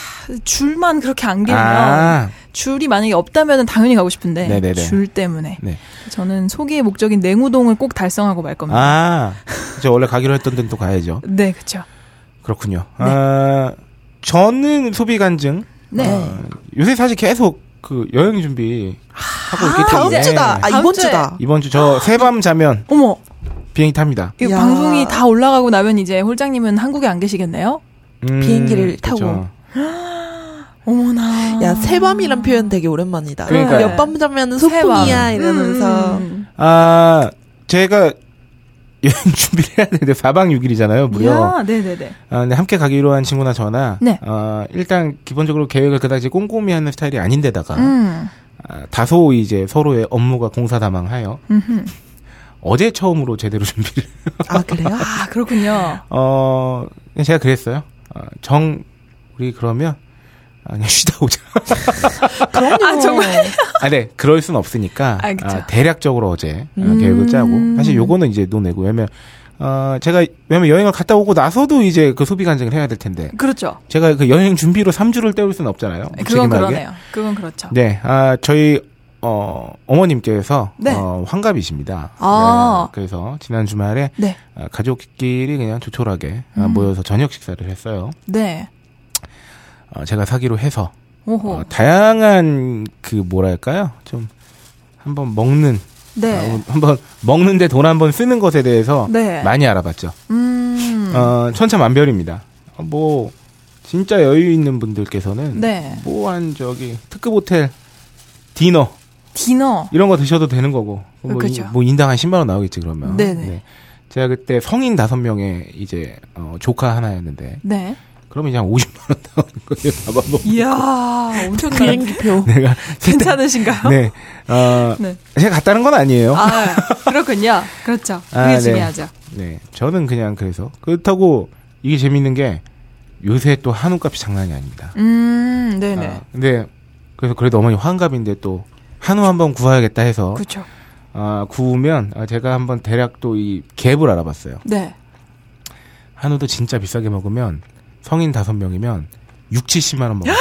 Speaker 5: 줄만 그렇게 안 길면
Speaker 4: 아,
Speaker 5: 줄이 만약에 없다면 당연히 가고 싶은데
Speaker 4: 네네네.
Speaker 5: 줄 때문에
Speaker 4: 네.
Speaker 5: 저는 소기의 목적인 냉우동을 꼭 달성하고 말
Speaker 6: 음.
Speaker 5: 겁니다.
Speaker 4: 아, 저 원래 가기로 했던 데는 또 가야죠.
Speaker 5: 네, 그렇죠.
Speaker 4: 그렇군요. 아,
Speaker 6: 네.
Speaker 4: 저는 소비 간증.
Speaker 5: 네.
Speaker 4: 아, 요새 사실 계속 그 여행 준비 하고 있기
Speaker 6: 아, 다음
Speaker 4: 때문에
Speaker 6: 주다 아
Speaker 5: 다음
Speaker 6: 이번
Speaker 5: 주에.
Speaker 6: 주다
Speaker 4: 이번 주 저 새밤 자면
Speaker 5: 어머,
Speaker 4: 비행기 탑니다.
Speaker 5: 이
Speaker 6: 야.
Speaker 5: 방송이 다 올라가고 나면 이제 홀장님은 한국에 안 계시겠네요?
Speaker 4: 음,
Speaker 6: 비행기를 타고.
Speaker 5: 어머나.
Speaker 6: 야 새밤이란 표현 되게 오랜만이다
Speaker 4: 그러니까요.
Speaker 6: 몇밤 자면 소풍이야
Speaker 5: 새밤.
Speaker 6: 이러면서
Speaker 5: 음.
Speaker 4: 아, 제가 여행 준비를 해야 되는데 4박 6일이잖아요, 무려.
Speaker 5: 야, 네네네.
Speaker 4: 아, 근데 함께 가기로 한 친구나 저나
Speaker 5: 네.
Speaker 4: 어, 일단 기본적으로 계획을 그다지 꼼꼼히 하는 스타일이 아닌데다가
Speaker 5: 음.
Speaker 4: 아, 다소 이제 서로의 업무가 공사다망하여
Speaker 5: 음흠.
Speaker 4: 어제 처음으로 제대로 준비를
Speaker 6: 아 그래요
Speaker 5: 아, 그렇군요.
Speaker 4: 어 제가 그랬어요. 어, 정 우리 그러면 아, 그냥 쉬다 오자.
Speaker 6: 그럼요
Speaker 5: 아, 정말요?
Speaker 4: 아, 네, 그럴 순 없으니까
Speaker 5: 아, 그쵸.
Speaker 4: 아, 대략적으로 어제 어,
Speaker 6: 음.
Speaker 4: 계획을 짜고 사실 요거는 이제 논외고 왜냐면 어 제가 왜냐면 여행을 갔다 오고 나서도 이제 그 소비 간증을 해야 될 텐데
Speaker 5: 그렇죠.
Speaker 4: 제가 그 여행 준비로 3주를 때울 수는 없잖아요.
Speaker 5: 그건
Speaker 4: 무책임하게.
Speaker 5: 그러네요. 그건 그렇죠.
Speaker 4: 네, 아, 저희, 어, 어머님께서,
Speaker 5: 네.
Speaker 4: 어, 환갑이십니다.
Speaker 5: 아.
Speaker 4: 네, 그래서 지난 주말에
Speaker 5: 네.
Speaker 4: 아, 가족끼리 그냥 조촐하게 아,
Speaker 5: 음.
Speaker 4: 모여서 저녁 식사를 했어요.
Speaker 5: 네.
Speaker 4: 어, 제가 사기로 해서,
Speaker 5: 오호.
Speaker 4: 어, 다양한 그 뭐랄까요? 좀, 한번 먹는,
Speaker 5: 네.
Speaker 4: 어, 한번 먹는데 돈 한번 쓰는 것에 대해서
Speaker 5: 네.
Speaker 4: 많이 알아봤죠.
Speaker 5: 음.
Speaker 4: 어, 천차만별입니다. 어, 뭐, 진짜 여유 있는 분들께서는
Speaker 5: 네.
Speaker 4: 뭐한 저기 특급 호텔 디너
Speaker 5: 디너.
Speaker 4: 이런 거 드셔도 되는 거고 뭐,
Speaker 5: 그렇죠.
Speaker 4: 인- 뭐 인당 한 10만 원 나오겠지 그러면
Speaker 5: 네네.
Speaker 4: 제가 그때 성인 다섯 명에 이제 어, 조카 하나였는데
Speaker 5: 네.
Speaker 4: 그러면 이제 한 50만 원 나오는 거예요 밥한번
Speaker 5: 이야, 엄청
Speaker 6: 비행기표.
Speaker 4: 내가
Speaker 5: 괜찮으신가요?
Speaker 4: 네. 어,
Speaker 5: 네.
Speaker 4: 제가 갔다는 건 아니에요.
Speaker 5: 아, 그렇군요. 그렇죠. 그게
Speaker 4: 아, 네.
Speaker 5: 중요하죠.
Speaker 4: 네. 저는 그냥 그래서 그렇다고 이게 재밌는 게 요새 또 한우 값이 장난이 아닙니다.
Speaker 5: 음, 네네.
Speaker 4: 아, 근데 그래서 그래도 어머니 환갑인데 또 한우 한번 구워야겠다 해서
Speaker 5: 그렇죠.
Speaker 4: 아, 구우면 아, 제가 한번 대략 또 이 갭을 알아봤어요.
Speaker 5: 네.
Speaker 4: 한우도 진짜 비싸게 먹으면 성인 다섯 명이면 6, 70만 원 먹어요.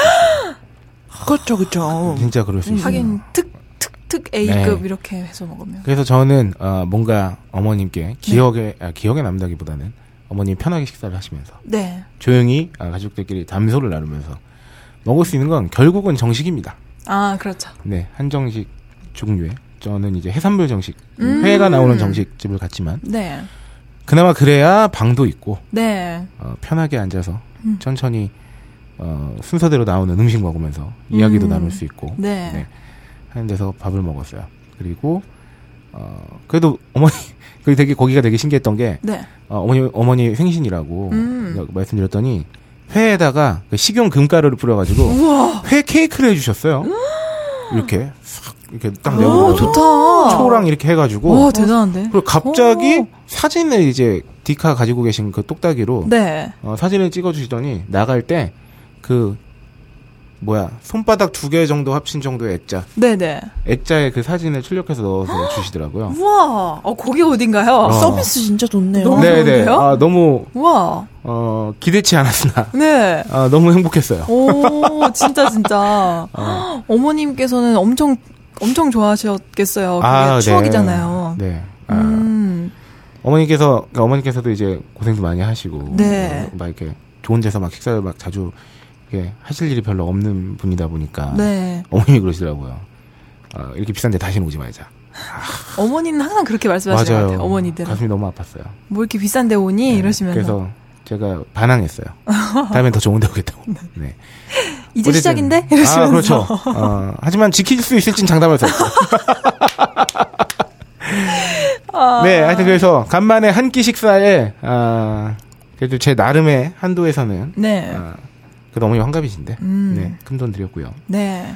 Speaker 6: 그렇죠, 그렇죠.
Speaker 4: 진짜 그럴 수 있어요.
Speaker 5: 음. 하긴 특, 특, 특 A급
Speaker 4: 네.
Speaker 5: 이렇게 해서 먹으면.
Speaker 4: 그래서 저는 어, 뭔가
Speaker 5: 네.
Speaker 4: 어머님께 기억에 아, 기억에 남다기보다는 어머님 편하게 식사를 하시면서
Speaker 5: 네.
Speaker 4: 조용히 아, 가족들끼리 담소를 나누면서 먹을 수 있는 건 결국은 정식입니다.
Speaker 5: 아, 그렇죠.
Speaker 4: 네, 한정식 종류의 저는 이제 해산물 정식,
Speaker 5: 음.
Speaker 4: 회가 나오는 정식집을 갔지만
Speaker 5: 네.
Speaker 4: 그나마 그래야 방도 있고
Speaker 5: 네.
Speaker 4: 어, 편하게 앉아서
Speaker 5: 음.
Speaker 4: 천천히 어, 순서대로 나오는 음식 먹으면서 이야기도
Speaker 5: 음.
Speaker 4: 나눌 수 있고
Speaker 5: 네.
Speaker 4: 하는 데서 밥을 먹었어요. 그리고 어, 그래도 어머니 그 되게 거기가 되게 신기했던 게
Speaker 5: 네.
Speaker 4: 어, 머니 어머니 생신이라고
Speaker 5: 음.
Speaker 4: 그냥 말씀드렸더니 회에다가 그 식용 금가루를 뿌려가지고
Speaker 5: 우와.
Speaker 4: 회 케이크를 해주셨어요. 이렇게 싹 이렇게 딱
Speaker 5: 오,
Speaker 4: 내고
Speaker 5: 좋다. 네.
Speaker 4: 초랑 이렇게 해가지고
Speaker 5: 와, 대단한데?
Speaker 4: 그리고 갑자기
Speaker 5: 오.
Speaker 4: 사진을 이제 디카 가지고 계신 그 똑딱이로
Speaker 5: 네.
Speaker 4: 어, 사진을 찍어주시더니 나갈 때 그 뭐야 손바닥 두 개 정도 합친 정도의 액자
Speaker 5: 네네.
Speaker 4: 액자에 그 사진을 출력해서 넣어서 주시더라고요.
Speaker 5: 우와. 어, 거기 어딘가요?
Speaker 4: 어.
Speaker 6: 아, 서비스 진짜 좋네요. 음,
Speaker 5: 너무- 좋은데요?
Speaker 4: 아, 너무
Speaker 5: 우와.
Speaker 4: 어, 기대치 않았으나
Speaker 5: 네.
Speaker 4: 아, 너무 행복했어요.
Speaker 5: 오, 진짜, 진짜.
Speaker 4: 어.
Speaker 5: 어머님께서는 엄청, 엄청 좋아하셨겠어요. 그게
Speaker 4: 네.
Speaker 5: 추억이잖아요.
Speaker 4: 네. 아,
Speaker 5: 음,
Speaker 4: 어머니께서 그러니까 어머니께서도 이제 고생도 많이 하시고
Speaker 5: 네.
Speaker 4: 막 이렇게 좋은 데서 막 식사를 막 자주 이렇게 하실 일이 별로 없는 분이다 보니까
Speaker 5: 네.
Speaker 4: 어머님이 그러시더라고요. 아, 이렇게 비싼데 다시는 오지 말자.
Speaker 5: 어머니는 항상 그렇게 말씀하시는 것 같아요. 어머니들은.
Speaker 4: 가슴이 너무 아팠어요. 네.
Speaker 5: 뭐 이렇게 비싼데 오니? 이러시면서.
Speaker 4: 그래서 제가 반항했어요. 다음엔 더 좋은 데 오겠다고. 네.
Speaker 5: 이제
Speaker 4: 어쨌든-
Speaker 5: 시작인데?
Speaker 4: 아,
Speaker 5: 이러시면서.
Speaker 4: 그렇죠. 어, 하지만 지킬 수 있을진 장담할 수 없어요.
Speaker 5: 아.
Speaker 4: 네, 하여튼 그래서 간만에 한 끼 식사에 아, 그래도 제 나름의 한도에서는
Speaker 5: 네.
Speaker 4: 아, 그래도 어머니 환갑이신데
Speaker 5: 음.
Speaker 4: 네, 큰돈 드렸고요.
Speaker 5: 네.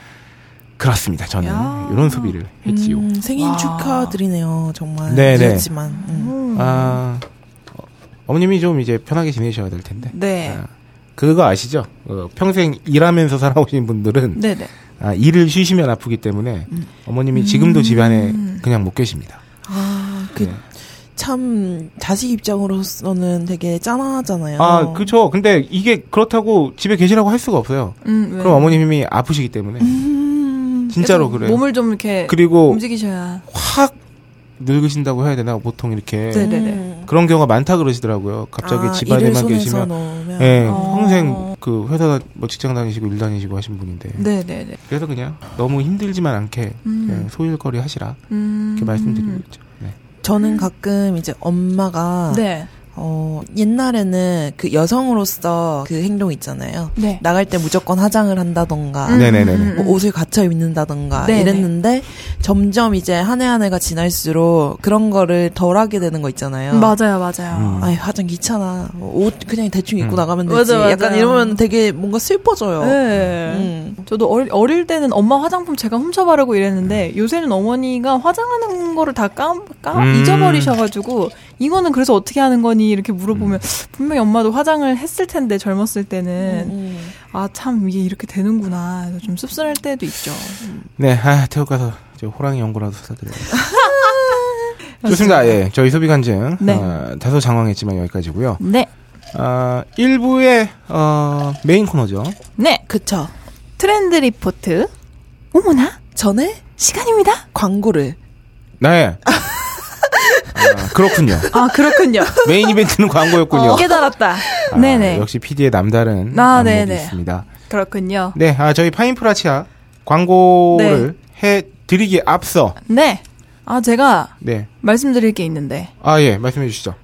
Speaker 4: 그렇습니다. 저는
Speaker 5: 야.
Speaker 4: 이런 소비를 했지요.
Speaker 6: 음, 생일
Speaker 5: 와.
Speaker 6: 축하드리네요, 정말.
Speaker 4: 네, 네.
Speaker 6: 그렇지만. 음.
Speaker 4: 아, 어, 어머님이 좀 이제 편하게 지내셔야 될 텐데.
Speaker 5: 네.
Speaker 4: 아, 그거 아시죠? 어, 평생 일하면서 살아오신 분들은
Speaker 5: 네네.
Speaker 4: 아, 일을 쉬시면 아프기 때문에 어머님이 지금도
Speaker 5: 음.
Speaker 4: 집안에 그냥 못 계십니다.
Speaker 6: 아, 그,
Speaker 4: 네.
Speaker 6: 참, 자식 입장으로서는 되게 짠하잖아요.
Speaker 4: 아,
Speaker 5: 어.
Speaker 4: 그쵸. 근데 이게 그렇다고 집에 계시라고 할 수가 없어요.
Speaker 5: 음, 왜?
Speaker 4: 그럼 어머님이 아프시기 때문에. 진짜로
Speaker 5: 계속
Speaker 4: 그래요.
Speaker 5: 음. 몸을 좀 이렇게
Speaker 4: 그리고
Speaker 5: 움직이셔야.
Speaker 4: 확 늙으신다고 해야 되나? 보통 이렇게.
Speaker 6: 음.
Speaker 5: 네. 아,
Speaker 6: 네네.
Speaker 4: 그런 경우가 많다 그러시더라고요.
Speaker 6: 아,
Speaker 4: 갑자기 집안에만 계시면.
Speaker 6: 넣으면.
Speaker 4: 예,
Speaker 5: 어.
Speaker 4: 평생 그 회사 뭐 직장 다니시고 일 다니시고 하신 분인데.
Speaker 5: 네네네.
Speaker 4: 그래서 그냥 너무 힘들지만 않게
Speaker 5: 음.
Speaker 4: 그냥 소일거리 하시라.
Speaker 5: 음.
Speaker 4: 이렇게 말씀드리고 있죠. 네.
Speaker 6: 저는 가끔 이제 엄마가
Speaker 5: 네.
Speaker 6: 어 옛날에는 그 여성으로서 그 행동 있잖아요.
Speaker 5: 네.
Speaker 6: 나갈 때 무조건 화장을 한다던가
Speaker 4: 음. 네네네네.
Speaker 6: 뭐 옷을 갖춰 입는다던가
Speaker 5: 네네.
Speaker 6: 이랬는데 점점 이제 한 해 한 해가 지날수록 그런 거를 덜 하게 되는 거 있잖아요.
Speaker 5: 맞아요, 맞아요.
Speaker 6: 아이 화장 귀찮아. 뭐옷 그냥 대충 입고
Speaker 4: 음.
Speaker 6: 나가면 되지.
Speaker 5: 맞아, 맞아요.
Speaker 6: 약간 이러면 되게 뭔가 슬퍼져요.
Speaker 5: 네.
Speaker 6: 음.
Speaker 5: 저도 어릴, 어릴 때는 엄마 화장품 제가 훔쳐 바르고 이랬는데 요새는 어머니가 화장하는 거를 다 까, 까
Speaker 4: 음.
Speaker 5: 잊어버리셔가지고 이거는 그래서 어떻게 하는 거니 이렇게 물어보면
Speaker 4: 음.
Speaker 5: 분명히 엄마도 화장을 했을 텐데 젊었을 때는
Speaker 6: 음.
Speaker 5: 아 참 이게 이렇게 되는구나 그래서 좀 씁쓸할 때도 있죠.
Speaker 4: 네, 아, 태국 가서 저 호랑이 연구라도 사드려요. 좋습니다. 예, 저희 소비 간증
Speaker 5: 네.
Speaker 4: 어, 다소 장황했지만 여기까지고요.
Speaker 5: 네,
Speaker 4: 아, 1부의 어, 메인 코너죠.
Speaker 5: 네
Speaker 6: 그쵸.
Speaker 5: 트렌드 리포트 어머나
Speaker 6: 전에
Speaker 5: 시간입니다.
Speaker 6: 광고를
Speaker 4: 네. 아, 그렇군요.
Speaker 5: 아 그렇군요. 어,
Speaker 4: 메인 이벤트는 광고였군요.
Speaker 5: 깨달았다.
Speaker 4: 아,
Speaker 5: 네네
Speaker 4: 역시 PD의 남다른
Speaker 5: 아,
Speaker 4: 안목이
Speaker 5: 네네.
Speaker 4: 있습니다.
Speaker 5: 그렇군요.
Speaker 4: 네, 아, 저희 파인프라치아 광고를 해 드리기 앞서
Speaker 5: 네. 아 제가
Speaker 4: 네.
Speaker 5: 말씀드릴 게 있는데
Speaker 4: 아, 예, 말씀해 주시죠.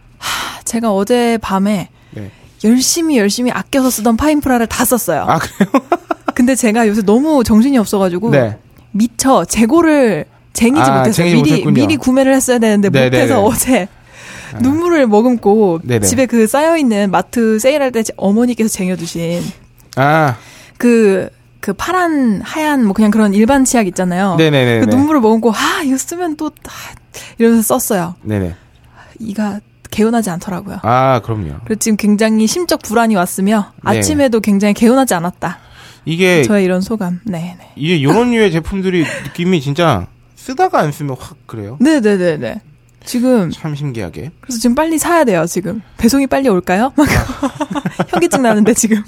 Speaker 5: 제가 어제 밤에
Speaker 4: 네.
Speaker 5: 열심히 열심히 아껴서 쓰던 파인프라를 다 썼어요.
Speaker 4: 아 그래요?
Speaker 5: 근데 제가 요새 너무 정신이 없어가지고
Speaker 4: 네.
Speaker 5: 미처 재고를 쟁이지
Speaker 4: 아,
Speaker 5: 못했어요.
Speaker 4: 쟁이지
Speaker 5: 미리
Speaker 4: 못했군요.
Speaker 5: 미리 구매를 했어야 되는데
Speaker 4: 네네네. 아.
Speaker 5: 못해서 어제 눈물을 머금고
Speaker 4: 네네.
Speaker 5: 집에 그 쌓여 있는 마트 세일할 때 어머니께서 쟁여두신
Speaker 4: 아
Speaker 5: 그, 그 파란, 하얀, 뭐 그냥 그런 일반 치약 있잖아요.
Speaker 4: 네네네네.
Speaker 5: 그 눈물을 머금고, 아, 이거 쓰면 또, 아, 이러면서 썼어요.
Speaker 4: 네네.
Speaker 5: 이가 개운하지 않더라고요.
Speaker 4: 아 그럼요.
Speaker 5: 그래서 지금 굉장히 심적 불안이 왔으며,
Speaker 4: 네.
Speaker 5: 아침에도 굉장히 개운하지 않았다.
Speaker 4: 이게
Speaker 5: 저의 이런 소감. 네, 네.
Speaker 4: 이게 이런 류의 제품들이 느낌이 진짜 쓰다가 안 쓰면 확 그래요.
Speaker 5: 네네네네. 지금,
Speaker 4: 참 신기하게.
Speaker 5: 그래서 지금 빨리 사야 돼요, 지금. 배송이 빨리 올까요? 막, 현기증 나는데, 지금.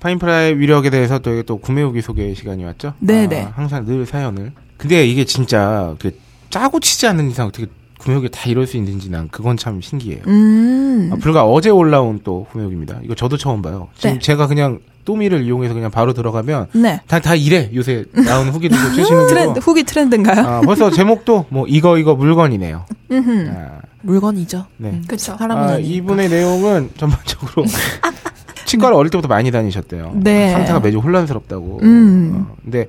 Speaker 4: 파인프라의 위력에 대해서 또, 이게 또 구매 후기 소개 시간이 왔죠?
Speaker 5: 네네.
Speaker 4: 아, 항상 늘 사연을. 근데 이게 진짜 그 짜고 치지 않는 이상 어떻게 구매 후기 다 이럴 수 있는지 난 그건 참 신기해요.
Speaker 5: 음.
Speaker 4: 아, 불과 어제 올라온 또 구매 후기입니다. 이거 저도 처음 봐요. 지금
Speaker 5: 네.
Speaker 4: 제가 그냥 또미를 이용해서 그냥 바로 들어가면
Speaker 5: 네.
Speaker 4: 다, 다 이래. 요새 나온 후기들도 최신 후기도.
Speaker 5: 트렌드, 후기 트렌드인가요?
Speaker 4: 아, 벌써 제목도 뭐 이거 이거 물건이네요.
Speaker 5: 음.
Speaker 4: 아,
Speaker 6: 물건이죠.
Speaker 4: 네.
Speaker 6: 음,
Speaker 5: 그쵸.
Speaker 6: 사람은
Speaker 4: 아,
Speaker 6: 아니니까.
Speaker 4: 이분의 내용은 전반적으로 치과를 어릴 때부터 많이 다니셨대요.
Speaker 5: 네.
Speaker 4: 상태가 매우 혼란스럽다고.
Speaker 5: 음.
Speaker 4: 어, 근데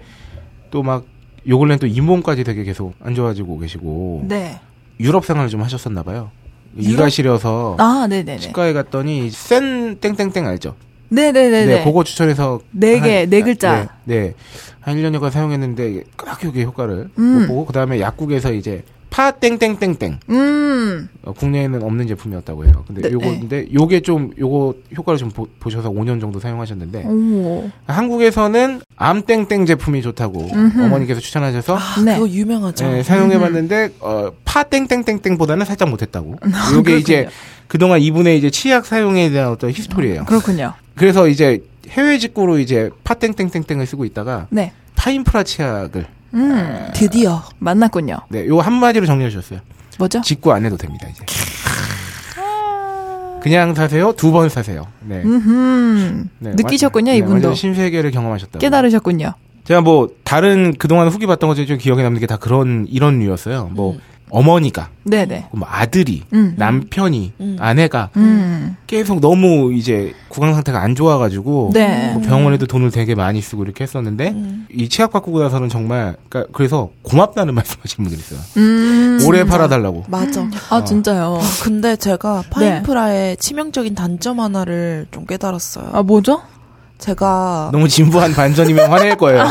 Speaker 4: 또 막 요 근래 또 잇몸까지 되게 계속 안 좋아지고 계시고
Speaker 5: 네.
Speaker 4: 유럽 생활을 좀 하셨었나 봐요. 이가
Speaker 5: 유럽?
Speaker 4: 시려서
Speaker 5: 아, 네네네.
Speaker 4: 치과에 갔더니 센 땡땡땡 알죠?
Speaker 5: 네네네네.
Speaker 4: 그거 추천해서
Speaker 5: 네
Speaker 4: 한-
Speaker 5: 개, 네 글자.
Speaker 4: 네, 네. 한 1년여간 사용했는데 끄락하게 효과를
Speaker 5: 음.
Speaker 4: 또 보고 그다음에 약국에서 이제 파 땡땡땡땡
Speaker 5: 음.
Speaker 4: 어, 국내에는 없는 제품이었다고 해요. 근데
Speaker 5: 네,
Speaker 4: 요거
Speaker 5: 네.
Speaker 4: 근데 요게 좀 요거 효과를 좀 보, 보셔서 5년 정도 사용하셨는데
Speaker 5: 음. 오.
Speaker 4: 한국에서는 암땡땡 제품이 좋다고
Speaker 5: 음흠.
Speaker 4: 어머니께서 추천하셔서
Speaker 5: 네.
Speaker 6: 그거 유명하죠.
Speaker 4: 네, 사용해봤는데 어, 파땡땡땡땡보다는 살짝 못했다고. 요게
Speaker 5: 음, 아, 그렇군요. 아,
Speaker 4: 이제 그동안 이분의 이제 치약 사용에 대한 어떤 히스토리예요.
Speaker 5: 그렇군요.
Speaker 4: 그래서 이제 해외 직구로 이제 파땡땡땡땡을 쓰고 있다가
Speaker 5: 네.
Speaker 4: 파인프라 치약을
Speaker 5: 음.
Speaker 6: 드디어
Speaker 5: 만났군요.
Speaker 4: 네, 요 한마디로 정리해 주셨어요.
Speaker 5: 뭐죠?
Speaker 4: 직구 안 해도 됩니다 이제. 그냥 사세요, 두 번 사세요. 네.
Speaker 5: 음.
Speaker 4: 네,
Speaker 5: 느끼셨군요,
Speaker 4: 완- 네,
Speaker 5: 이분도.
Speaker 4: 완전 신세계를 경험하셨다.
Speaker 5: 깨달으셨군요.
Speaker 4: 제가 뭐 다른 그동안 후기 봤던 것 중에 좀 기억에 남는 게 다 그런 이런 류였어요. 뭐 어머니가,
Speaker 5: 네네.
Speaker 4: 뭐 아들이,
Speaker 5: 음.
Speaker 4: 남편이,
Speaker 6: 음.
Speaker 4: 아내가
Speaker 5: 음.
Speaker 4: 계속 너무 이제 구강 상태가 안 좋아가지고
Speaker 5: 네. 음.
Speaker 4: 뭐 병원에도 돈을 되게 많이 쓰고 이렇게 했었는데 이 치약 바꾸고 나서는 정말 그래서 고맙다는 말씀하신 분들 있어요.
Speaker 5: 음.
Speaker 4: 오래 팔아달라고.
Speaker 6: 맞아. 어,
Speaker 5: 아, 진짜요.
Speaker 6: 근데
Speaker 5: 네.
Speaker 6: 제가 파인프라의 치명적인 단점 하나를 좀 깨달았어요.
Speaker 5: 아, 뭐죠?
Speaker 6: 제가
Speaker 4: 너무 진부한 반전이면 화낼 거예요.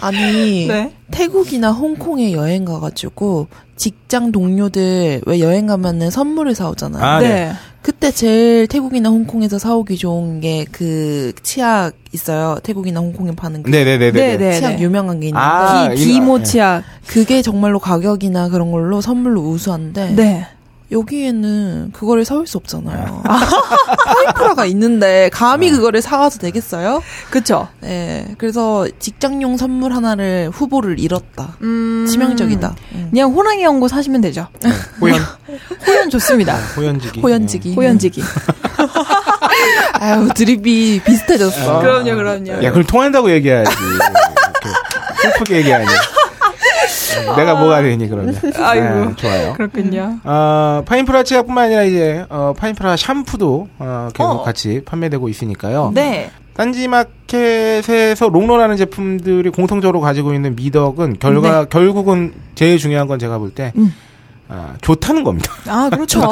Speaker 6: 아니
Speaker 5: 네.
Speaker 6: 태국이나 홍콩에 여행 가가지고 직장 동료들 왜 여행 가면은 선물을 사오잖아요.
Speaker 4: 아, 네.
Speaker 5: 네.
Speaker 6: 그때 제일 태국이나 홍콩에서 사오기 좋은 게 그 치약 있어요. 태국이나 홍콩에 파는 그
Speaker 4: 네네네네.
Speaker 5: 네네.
Speaker 6: 치약
Speaker 5: 네네.
Speaker 6: 유명한 게 있는데
Speaker 4: 아.
Speaker 5: 기,
Speaker 4: 이거-
Speaker 5: 기모치약.
Speaker 6: 그게 정말로 가격이나 그런 걸로 선물로
Speaker 4: 예.
Speaker 6: 우수한데
Speaker 5: 네.
Speaker 6: 여기에는 그거를 사올 수 없잖아요. 파인프라가 있는데 감히 그거를 사와도 되겠어요?
Speaker 5: 그쵸.
Speaker 6: 네, 그래서 직장용 선물 하나를 후보를 잃었다.
Speaker 5: 음.
Speaker 6: 치명적이다. 음.
Speaker 5: 그냥 호랑이 연고 사시면 되죠.
Speaker 4: 호연,
Speaker 5: 호연 좋습니다.
Speaker 4: 호연지기.
Speaker 6: 호연지기.
Speaker 5: 호연지기.
Speaker 6: 아유 드립이 비슷해졌어.
Speaker 5: 그럼요, 그럼요.
Speaker 4: 네. 야, 그걸 통한다고 얘기해야지. 이렇게 슬프게 얘기하니. 네, 내가 뭐가 되니, 그러면.
Speaker 5: 아이고.
Speaker 4: 네, 좋아요.
Speaker 5: 그렇군요.
Speaker 4: 어, 파인프라 치약뿐만 아니라 이제, 어, 파인프라 샴푸도, 어, 계속
Speaker 5: 어.
Speaker 4: 같이 판매되고 있으니까요.
Speaker 5: 네.
Speaker 4: 딴지마켓에서 롱런하는 제품들이 공통적으로 가지고 있는 미덕은 결과, 결국은 제일 중요한 건 제가 볼 때,
Speaker 5: 음.
Speaker 4: 아, 좋다는 겁니다.
Speaker 5: 아, 그렇죠.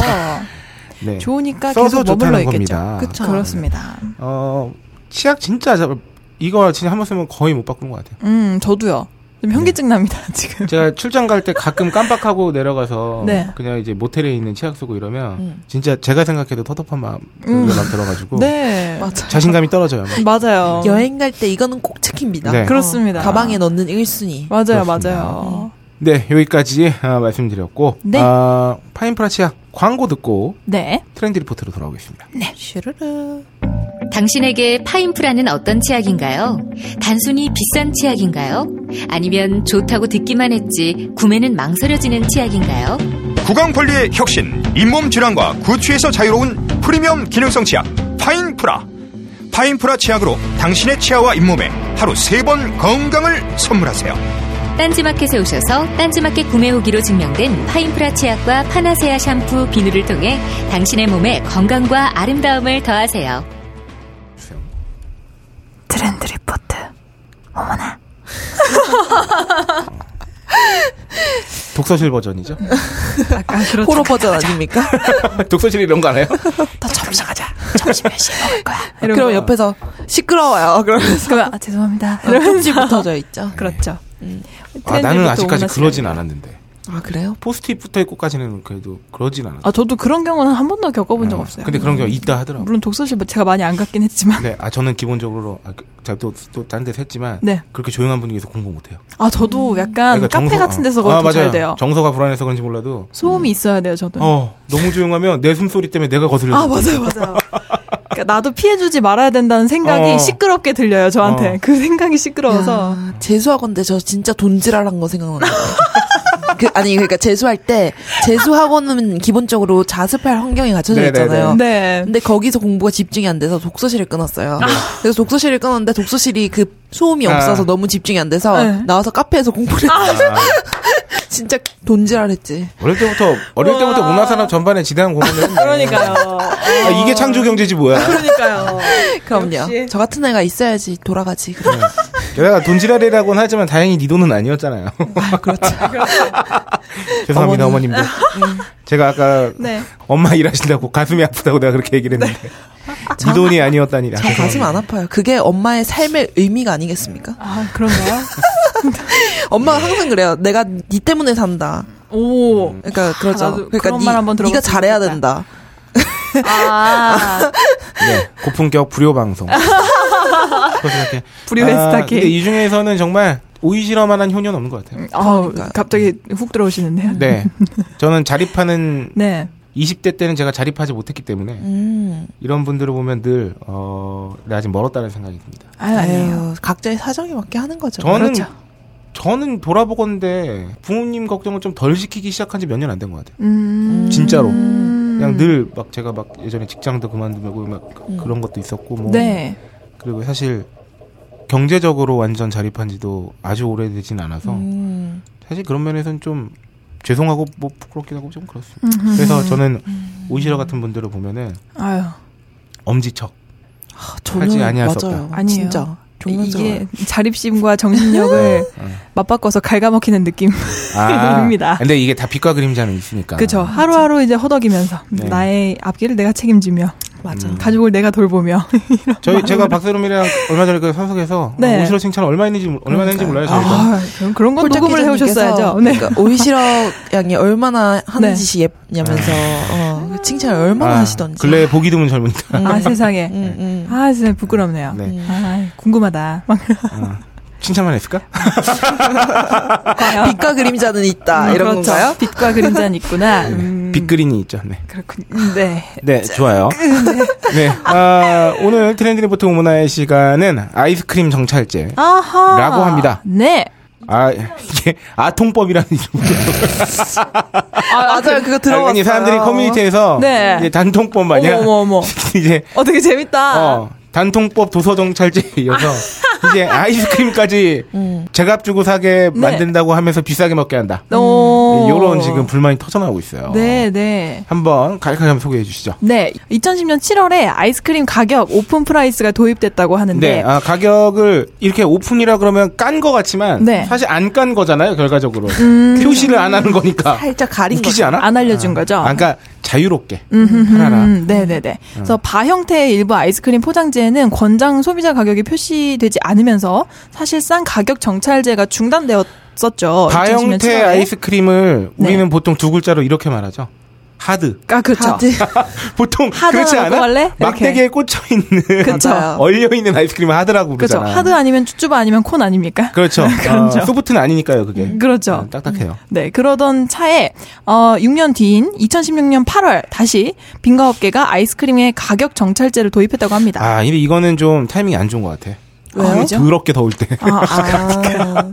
Speaker 4: 네.
Speaker 5: 좋으니까
Speaker 4: 써서
Speaker 5: 계속
Speaker 4: 좋다는
Speaker 5: 머물러 있겠죠.
Speaker 4: 겁니다. 아, 네.
Speaker 5: 그렇습니다
Speaker 4: 어, 치약 진짜, 잘- 이거 진짜 한 번 쓰면 거의 못 바꾸는 것 같아요.
Speaker 5: 음, 저도요. 좀
Speaker 4: 네.
Speaker 5: 현기증 납니다, 지금.
Speaker 4: 제가 출장 갈 때 가끔 깜빡하고 내려가서
Speaker 5: 네.
Speaker 4: 그냥 이제 모텔에 있는 치약 쓰고 이러면
Speaker 6: 음.
Speaker 4: 진짜 제가 생각해도 텁텁한 마음
Speaker 5: 음.
Speaker 4: 막 들어가지고
Speaker 5: 네.
Speaker 6: 맞아.
Speaker 4: 자신감이 떨어져요. 막.
Speaker 5: 맞아요.
Speaker 6: 여행 갈 때 이거는 꼭 지킵니다. 어.
Speaker 4: 네.
Speaker 5: 그렇습니다.
Speaker 6: 가방에 넣는 1순위.
Speaker 5: 맞아요,
Speaker 4: 그렇습니다.
Speaker 5: 맞아요.
Speaker 4: 네 여기까지 아, 말씀드렸고
Speaker 5: 네.
Speaker 4: 아, 파인프라 치약 광고 듣고
Speaker 5: 네.
Speaker 4: 트렌드 리포트로 돌아오겠습니다.
Speaker 6: 슈르르.
Speaker 3: 당신에게 파인프라는 어떤 치약인가요? 단순히 비싼 치약인가요? 아니면 좋다고 듣기만 했지 구매는 망설여지는 치약인가요?
Speaker 1: 구강 관리의 혁신, 잇몸 질환과 구취에서 자유로운 프리미엄 기능성 치약 파인프라. 파인프라 치약으로 당신의 치아와 잇몸에 하루 세 번 건강을 선물하세요.
Speaker 3: 딴지마켓에 오셔서 딴지마켓 구매 후기로 증명된 파인프라 치약과 파나세아 샴푸 비누를 통해 당신의 몸에 건강과 아름다움을 더하세요.
Speaker 5: 트렌드 리포트. 어머나.
Speaker 4: 독서실 버전이죠.
Speaker 5: 아까 그렇죠.
Speaker 6: 호러 버전 아닙니까?
Speaker 4: 독서실 이런 거 안 해요?
Speaker 5: 나 점심 가자. 점심 몇 시에 먹을 거야. 이런
Speaker 6: 그럼
Speaker 5: 거.
Speaker 6: 옆에서 시끄러워요. 그러면서
Speaker 5: 그러면 아, 죄송합니다.
Speaker 6: 쪽지 붙어져 있죠.
Speaker 5: 그렇죠.
Speaker 4: 아, 나는
Speaker 5: 트렌드부터
Speaker 4: 아직까지
Speaker 5: 오므라지가
Speaker 4: 그러진
Speaker 5: 아니라.
Speaker 4: 않았는데.
Speaker 6: 아 그래요?
Speaker 4: 포스트잇 붙어 있고 까지는 그래도 그러진 않았어요. 네.
Speaker 5: 아 저도 그런 경우는 한 번도 겪어본 적 없어요.
Speaker 4: 근데 그런 경우 있다 하더라고요.
Speaker 5: 물론 독서실 뭐 제가 많이 안 갔긴 했지만
Speaker 4: 네, 아 저는 기본적으로 아, 그, 제가 또또딴 데서 했지만
Speaker 5: 네.
Speaker 4: 그렇게 조용한 분위기에서 공부 못 해요.
Speaker 5: 아 저도 약간 카페 같은 데서
Speaker 4: 아,
Speaker 5: 거기 잘
Speaker 4: 맞아요.
Speaker 5: 돼요.
Speaker 4: 정서가 불안해서 그런지 몰라도
Speaker 5: 소음이 있어야 돼요, 저도.
Speaker 4: 어, 너무 조용하면 내 숨소리 때문에 내가 거슬려.
Speaker 5: 아 맞아요, 맞아요. 그러니까 나도 피해주지 말아야 된다는 생각이
Speaker 4: 어.
Speaker 5: 시끄럽게 들려요 저한테.
Speaker 4: 어.
Speaker 5: 그 생각이 시끄러워서.
Speaker 6: 야, 재수학원 때 저 진짜 돈지랄한 거 생각나요. 그, 아니 그러니까 재수할 때 재수학원은 기본적으로 자습할 환경이 갖춰져
Speaker 4: 네네네.
Speaker 6: 있잖아요.
Speaker 5: 네.
Speaker 6: 근데 거기서 공부가 집중이 안 돼서 독서실을 끊었어요. 그래서 독서실을 끊었는데 독서실이 그 소음이
Speaker 4: 네. 아.
Speaker 6: 없어서 너무 집중이 안 돼서
Speaker 5: 네.
Speaker 6: 나와서 카페에서 공부를 했어요. 진짜 돈지랄했지.
Speaker 4: 어릴 때부터 어릴 때부터 문화 산업 전반에 지대한 고민을 했네.
Speaker 5: 그러니까요.
Speaker 4: 아, 이게 창조 경제지 뭐야.
Speaker 5: 그러니까요.
Speaker 6: 그럼요.
Speaker 5: 역시.
Speaker 6: 저 같은 애가 있어야지 돌아가지.
Speaker 4: 네,
Speaker 6: 그럼.
Speaker 4: 게다가 돈지랄이라고는 하지만 다행히 네 돈은 아니었잖아요. 그렇죠. 죄송합니다 어머니. 님들 제가 아까
Speaker 5: 음. 네.
Speaker 4: 엄마 일하신다고 가슴이 아프다고 내가 그렇게 얘기를 했는데
Speaker 5: 아,
Speaker 4: 네 돈이 아니었다니. 아,
Speaker 6: 저 가슴
Speaker 4: 죄송합니다.
Speaker 6: 안 아파요. 그게 엄마의 삶의 의미가 아니겠습니까?
Speaker 5: 아 그런가요?
Speaker 6: 엄마가 항상 그래요. 내가 네 때문에 산다.
Speaker 5: 오.
Speaker 6: 그러니까 그렇죠.
Speaker 5: 아, 나도
Speaker 6: 그러니까
Speaker 5: 그런 말
Speaker 6: 네-
Speaker 5: 한번
Speaker 6: 네가
Speaker 5: 들어봤으면
Speaker 6: 잘해야
Speaker 5: 좋겠다.
Speaker 6: 된다.
Speaker 5: 아.
Speaker 4: 네, 고품격 불효 방송. 그래서 이렇게,
Speaker 5: 불효의
Speaker 4: 아,
Speaker 5: 스타킹.
Speaker 4: 근데 이 중에서는 정말 오이 실험만한 효녀는 없는 것 같아요.
Speaker 5: 아 갑자기 훅 들어오시는데요.
Speaker 4: 네, 저는 자립하는
Speaker 5: 네.
Speaker 4: 20대 때는 제가 자립하지 못했기 때문에
Speaker 6: 음.
Speaker 4: 이런 분들을 보면 늘 어, 나 아직 멀었다는 생각이 듭니다.
Speaker 5: 아유, 아니에요.
Speaker 6: 에휴, 각자의 사정에 맞게 하는 거죠.
Speaker 4: 저는
Speaker 5: 그렇죠.
Speaker 4: 저는 돌아보건데 부모님 걱정을 좀 덜 시키기 시작한 지 몇 년 안 된 것 같아요.
Speaker 5: 음.
Speaker 4: 진짜로.
Speaker 5: 음.
Speaker 4: 그냥 늘 막 제가 막 예전에 직장도 그만두고 막 그런 것도 있었고 뭐
Speaker 5: 네.
Speaker 4: 그리고 사실 경제적으로 완전 자립한 지도 아주 오래되진 않아서
Speaker 6: 음.
Speaker 4: 사실 그런 면에서는 좀 죄송하고 뭐 부끄럽기도 하고 좀 그렇습니다. 그래서 저는
Speaker 5: 음.
Speaker 4: 오시러 같은 분들을 보면은
Speaker 5: 아유.
Speaker 4: 엄지척
Speaker 6: 아,
Speaker 4: 하지
Speaker 6: 저는
Speaker 4: 아니할 수
Speaker 6: 맞아요.
Speaker 5: 아니에요.
Speaker 6: 진짜.
Speaker 5: 이게
Speaker 6: 이게
Speaker 5: 자립심과 정신력을 맞바꿔서 갉아먹히는 느낌입니다.
Speaker 4: 네. 근데 이게 다 빛과 그림자는 있으니까.
Speaker 5: 그쵸. 하루하루 이제 허덕이면서
Speaker 4: 네.
Speaker 5: 나의 앞길을 내가 책임지며 음.
Speaker 6: 맞아.
Speaker 5: 가족을 내가 돌보며 이런
Speaker 4: 저희 제가
Speaker 5: 마음으로.
Speaker 4: 박세롬이랑 얼마 전에 그 사석에서
Speaker 5: 네.
Speaker 4: 오시러 칭찬 얼마 했는지 얼마 했는지 몰라요. 저희가.
Speaker 5: 아, 그럼 그런 건
Speaker 6: 홀짝
Speaker 5: 녹음을
Speaker 6: 기자님께서
Speaker 5: 해오셨어야죠. 네.
Speaker 6: 그러니까 오이시러 양이 얼마나 하는
Speaker 5: 네.
Speaker 6: 짓이 예쁘냐면서 어, 그 칭찬을 얼마나
Speaker 4: 아,
Speaker 6: 하시던지.
Speaker 4: 근래 네. 보기 드문 젊은이다.
Speaker 5: 아 세상에.
Speaker 6: 음, 음.
Speaker 5: 아 세상에 부끄럽네요.
Speaker 4: 네.
Speaker 5: 아 궁금하다. 막
Speaker 4: 칭찬만 했을까?
Speaker 5: 과연.
Speaker 6: 음. 빛과 그림자는 있다. 이런
Speaker 5: 그렇죠.
Speaker 6: 건가요?
Speaker 5: 빛과 그림자는 있구나. 음,
Speaker 4: 빅그린이 있죠. 네.
Speaker 5: 그렇군. 네.
Speaker 4: 네, 좋아요. 네, 아, 오늘 트렌드 리포트 오문화의 시간은 아이스크림 정찰제라고
Speaker 5: 어? 아하.
Speaker 4: 합니다.
Speaker 5: 네.
Speaker 4: 아, 이게 아통법이라는 이름으로.
Speaker 6: 아, 맞아요. 그거 들어봤어요.
Speaker 4: 아니, 사람들이
Speaker 6: 음.
Speaker 4: 커뮤니티에서
Speaker 5: 네.
Speaker 4: 이제 단통법 마냥
Speaker 5: 어머, 어머, 어머.
Speaker 4: 이제
Speaker 5: 어 되게 재밌다.
Speaker 4: 어, 단통법 도서 정찰제에 이어서 이제 아이스크림까지 제값 주고 사게
Speaker 5: 아. 음. 네.
Speaker 4: 만든다고 하면서 비싸게 먹게 한다.
Speaker 5: 오.
Speaker 4: 이런 네, 지금 불만이 터져나오고 있어요.
Speaker 5: 네, 네.
Speaker 4: 한번 갈칼하게 한번 소개해 주시죠.
Speaker 5: 네, 2010년 7월에 아이스크림 가격 오픈 프라이스가 도입됐다고 하는데
Speaker 4: 네, 아, 가격을 이렇게 오픈이라 그러면 깐 거 같지만
Speaker 5: 네. 음.
Speaker 4: 사실 안 깐 거잖아요 결과적으로 표시를 안 하는 거니까
Speaker 6: 살짝 가린
Speaker 4: 웃기지 않아?
Speaker 5: 안 알려준 거죠.
Speaker 4: 아, 그러니까 자유롭게
Speaker 5: 음흠흠.
Speaker 4: 팔아라.
Speaker 5: 네네네. 그래서 바 형태의 일부 아이스크림 포장지에는 권장 소비자 가격이 표시되지 않으면서 사실상 가격 정찰제가 중단되었었죠.
Speaker 4: 다
Speaker 5: 2010년
Speaker 4: 형태
Speaker 5: 7월에.
Speaker 4: 아이스크림을
Speaker 5: 네.
Speaker 4: 우리는 보통 두 글자로 이렇게 말하죠. 하드.
Speaker 5: 아 그렇죠.
Speaker 4: 보통
Speaker 5: 하드라고
Speaker 4: 그렇지 않아?
Speaker 5: 할래? 이렇게.
Speaker 4: 막대기에 꽂혀 있는
Speaker 5: 그쵸.
Speaker 6: 맞아요.
Speaker 4: 얼려 있는 아이스크림 하드라고
Speaker 5: 그렇죠.
Speaker 4: 그러잖아.
Speaker 5: 하드 아니면 쭈쭈바 아니면 콘 아닙니까?
Speaker 4: 그렇죠.
Speaker 5: 그렇죠.
Speaker 4: 어, 소프트는 아니니까요 그게. 아,
Speaker 5: 그렇죠.
Speaker 4: 딱딱해요.
Speaker 5: 네, 그러던 차에 어 6년 뒤인 2016년 8월 다시 빙가업계가 아이스크림의 가격 정찰제를 도입했다고 합니다.
Speaker 4: 아, 근데 이거는 좀 타이밍이 안 좋은 것 같아.
Speaker 5: 왜요?
Speaker 4: 더럽게 더울 때.
Speaker 5: 아, 아,
Speaker 6: 아,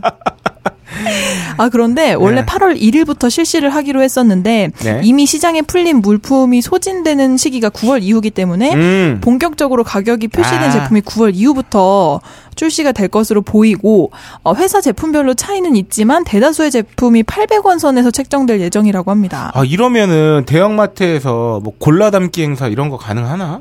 Speaker 5: 아 그런데 원래
Speaker 4: 네.
Speaker 5: 8월 1일부터 실시를 하기로 했었는데
Speaker 4: 네.
Speaker 5: 이미 시장에 풀린 물품이 소진되는 시기가 9월 이후기 때문에
Speaker 4: 음.
Speaker 5: 본격적으로 가격이 표시된
Speaker 4: 아.
Speaker 5: 제품이 9월 이후부터 출시가 될 것으로 보이고 어, 회사 제품별로 차이는 있지만 대다수의 제품이 800원 선에서 책정될 예정이라고 합니다.
Speaker 4: 아 이러면은 대형마트에서 뭐 골라 담기 행사 이런 거 가능하나?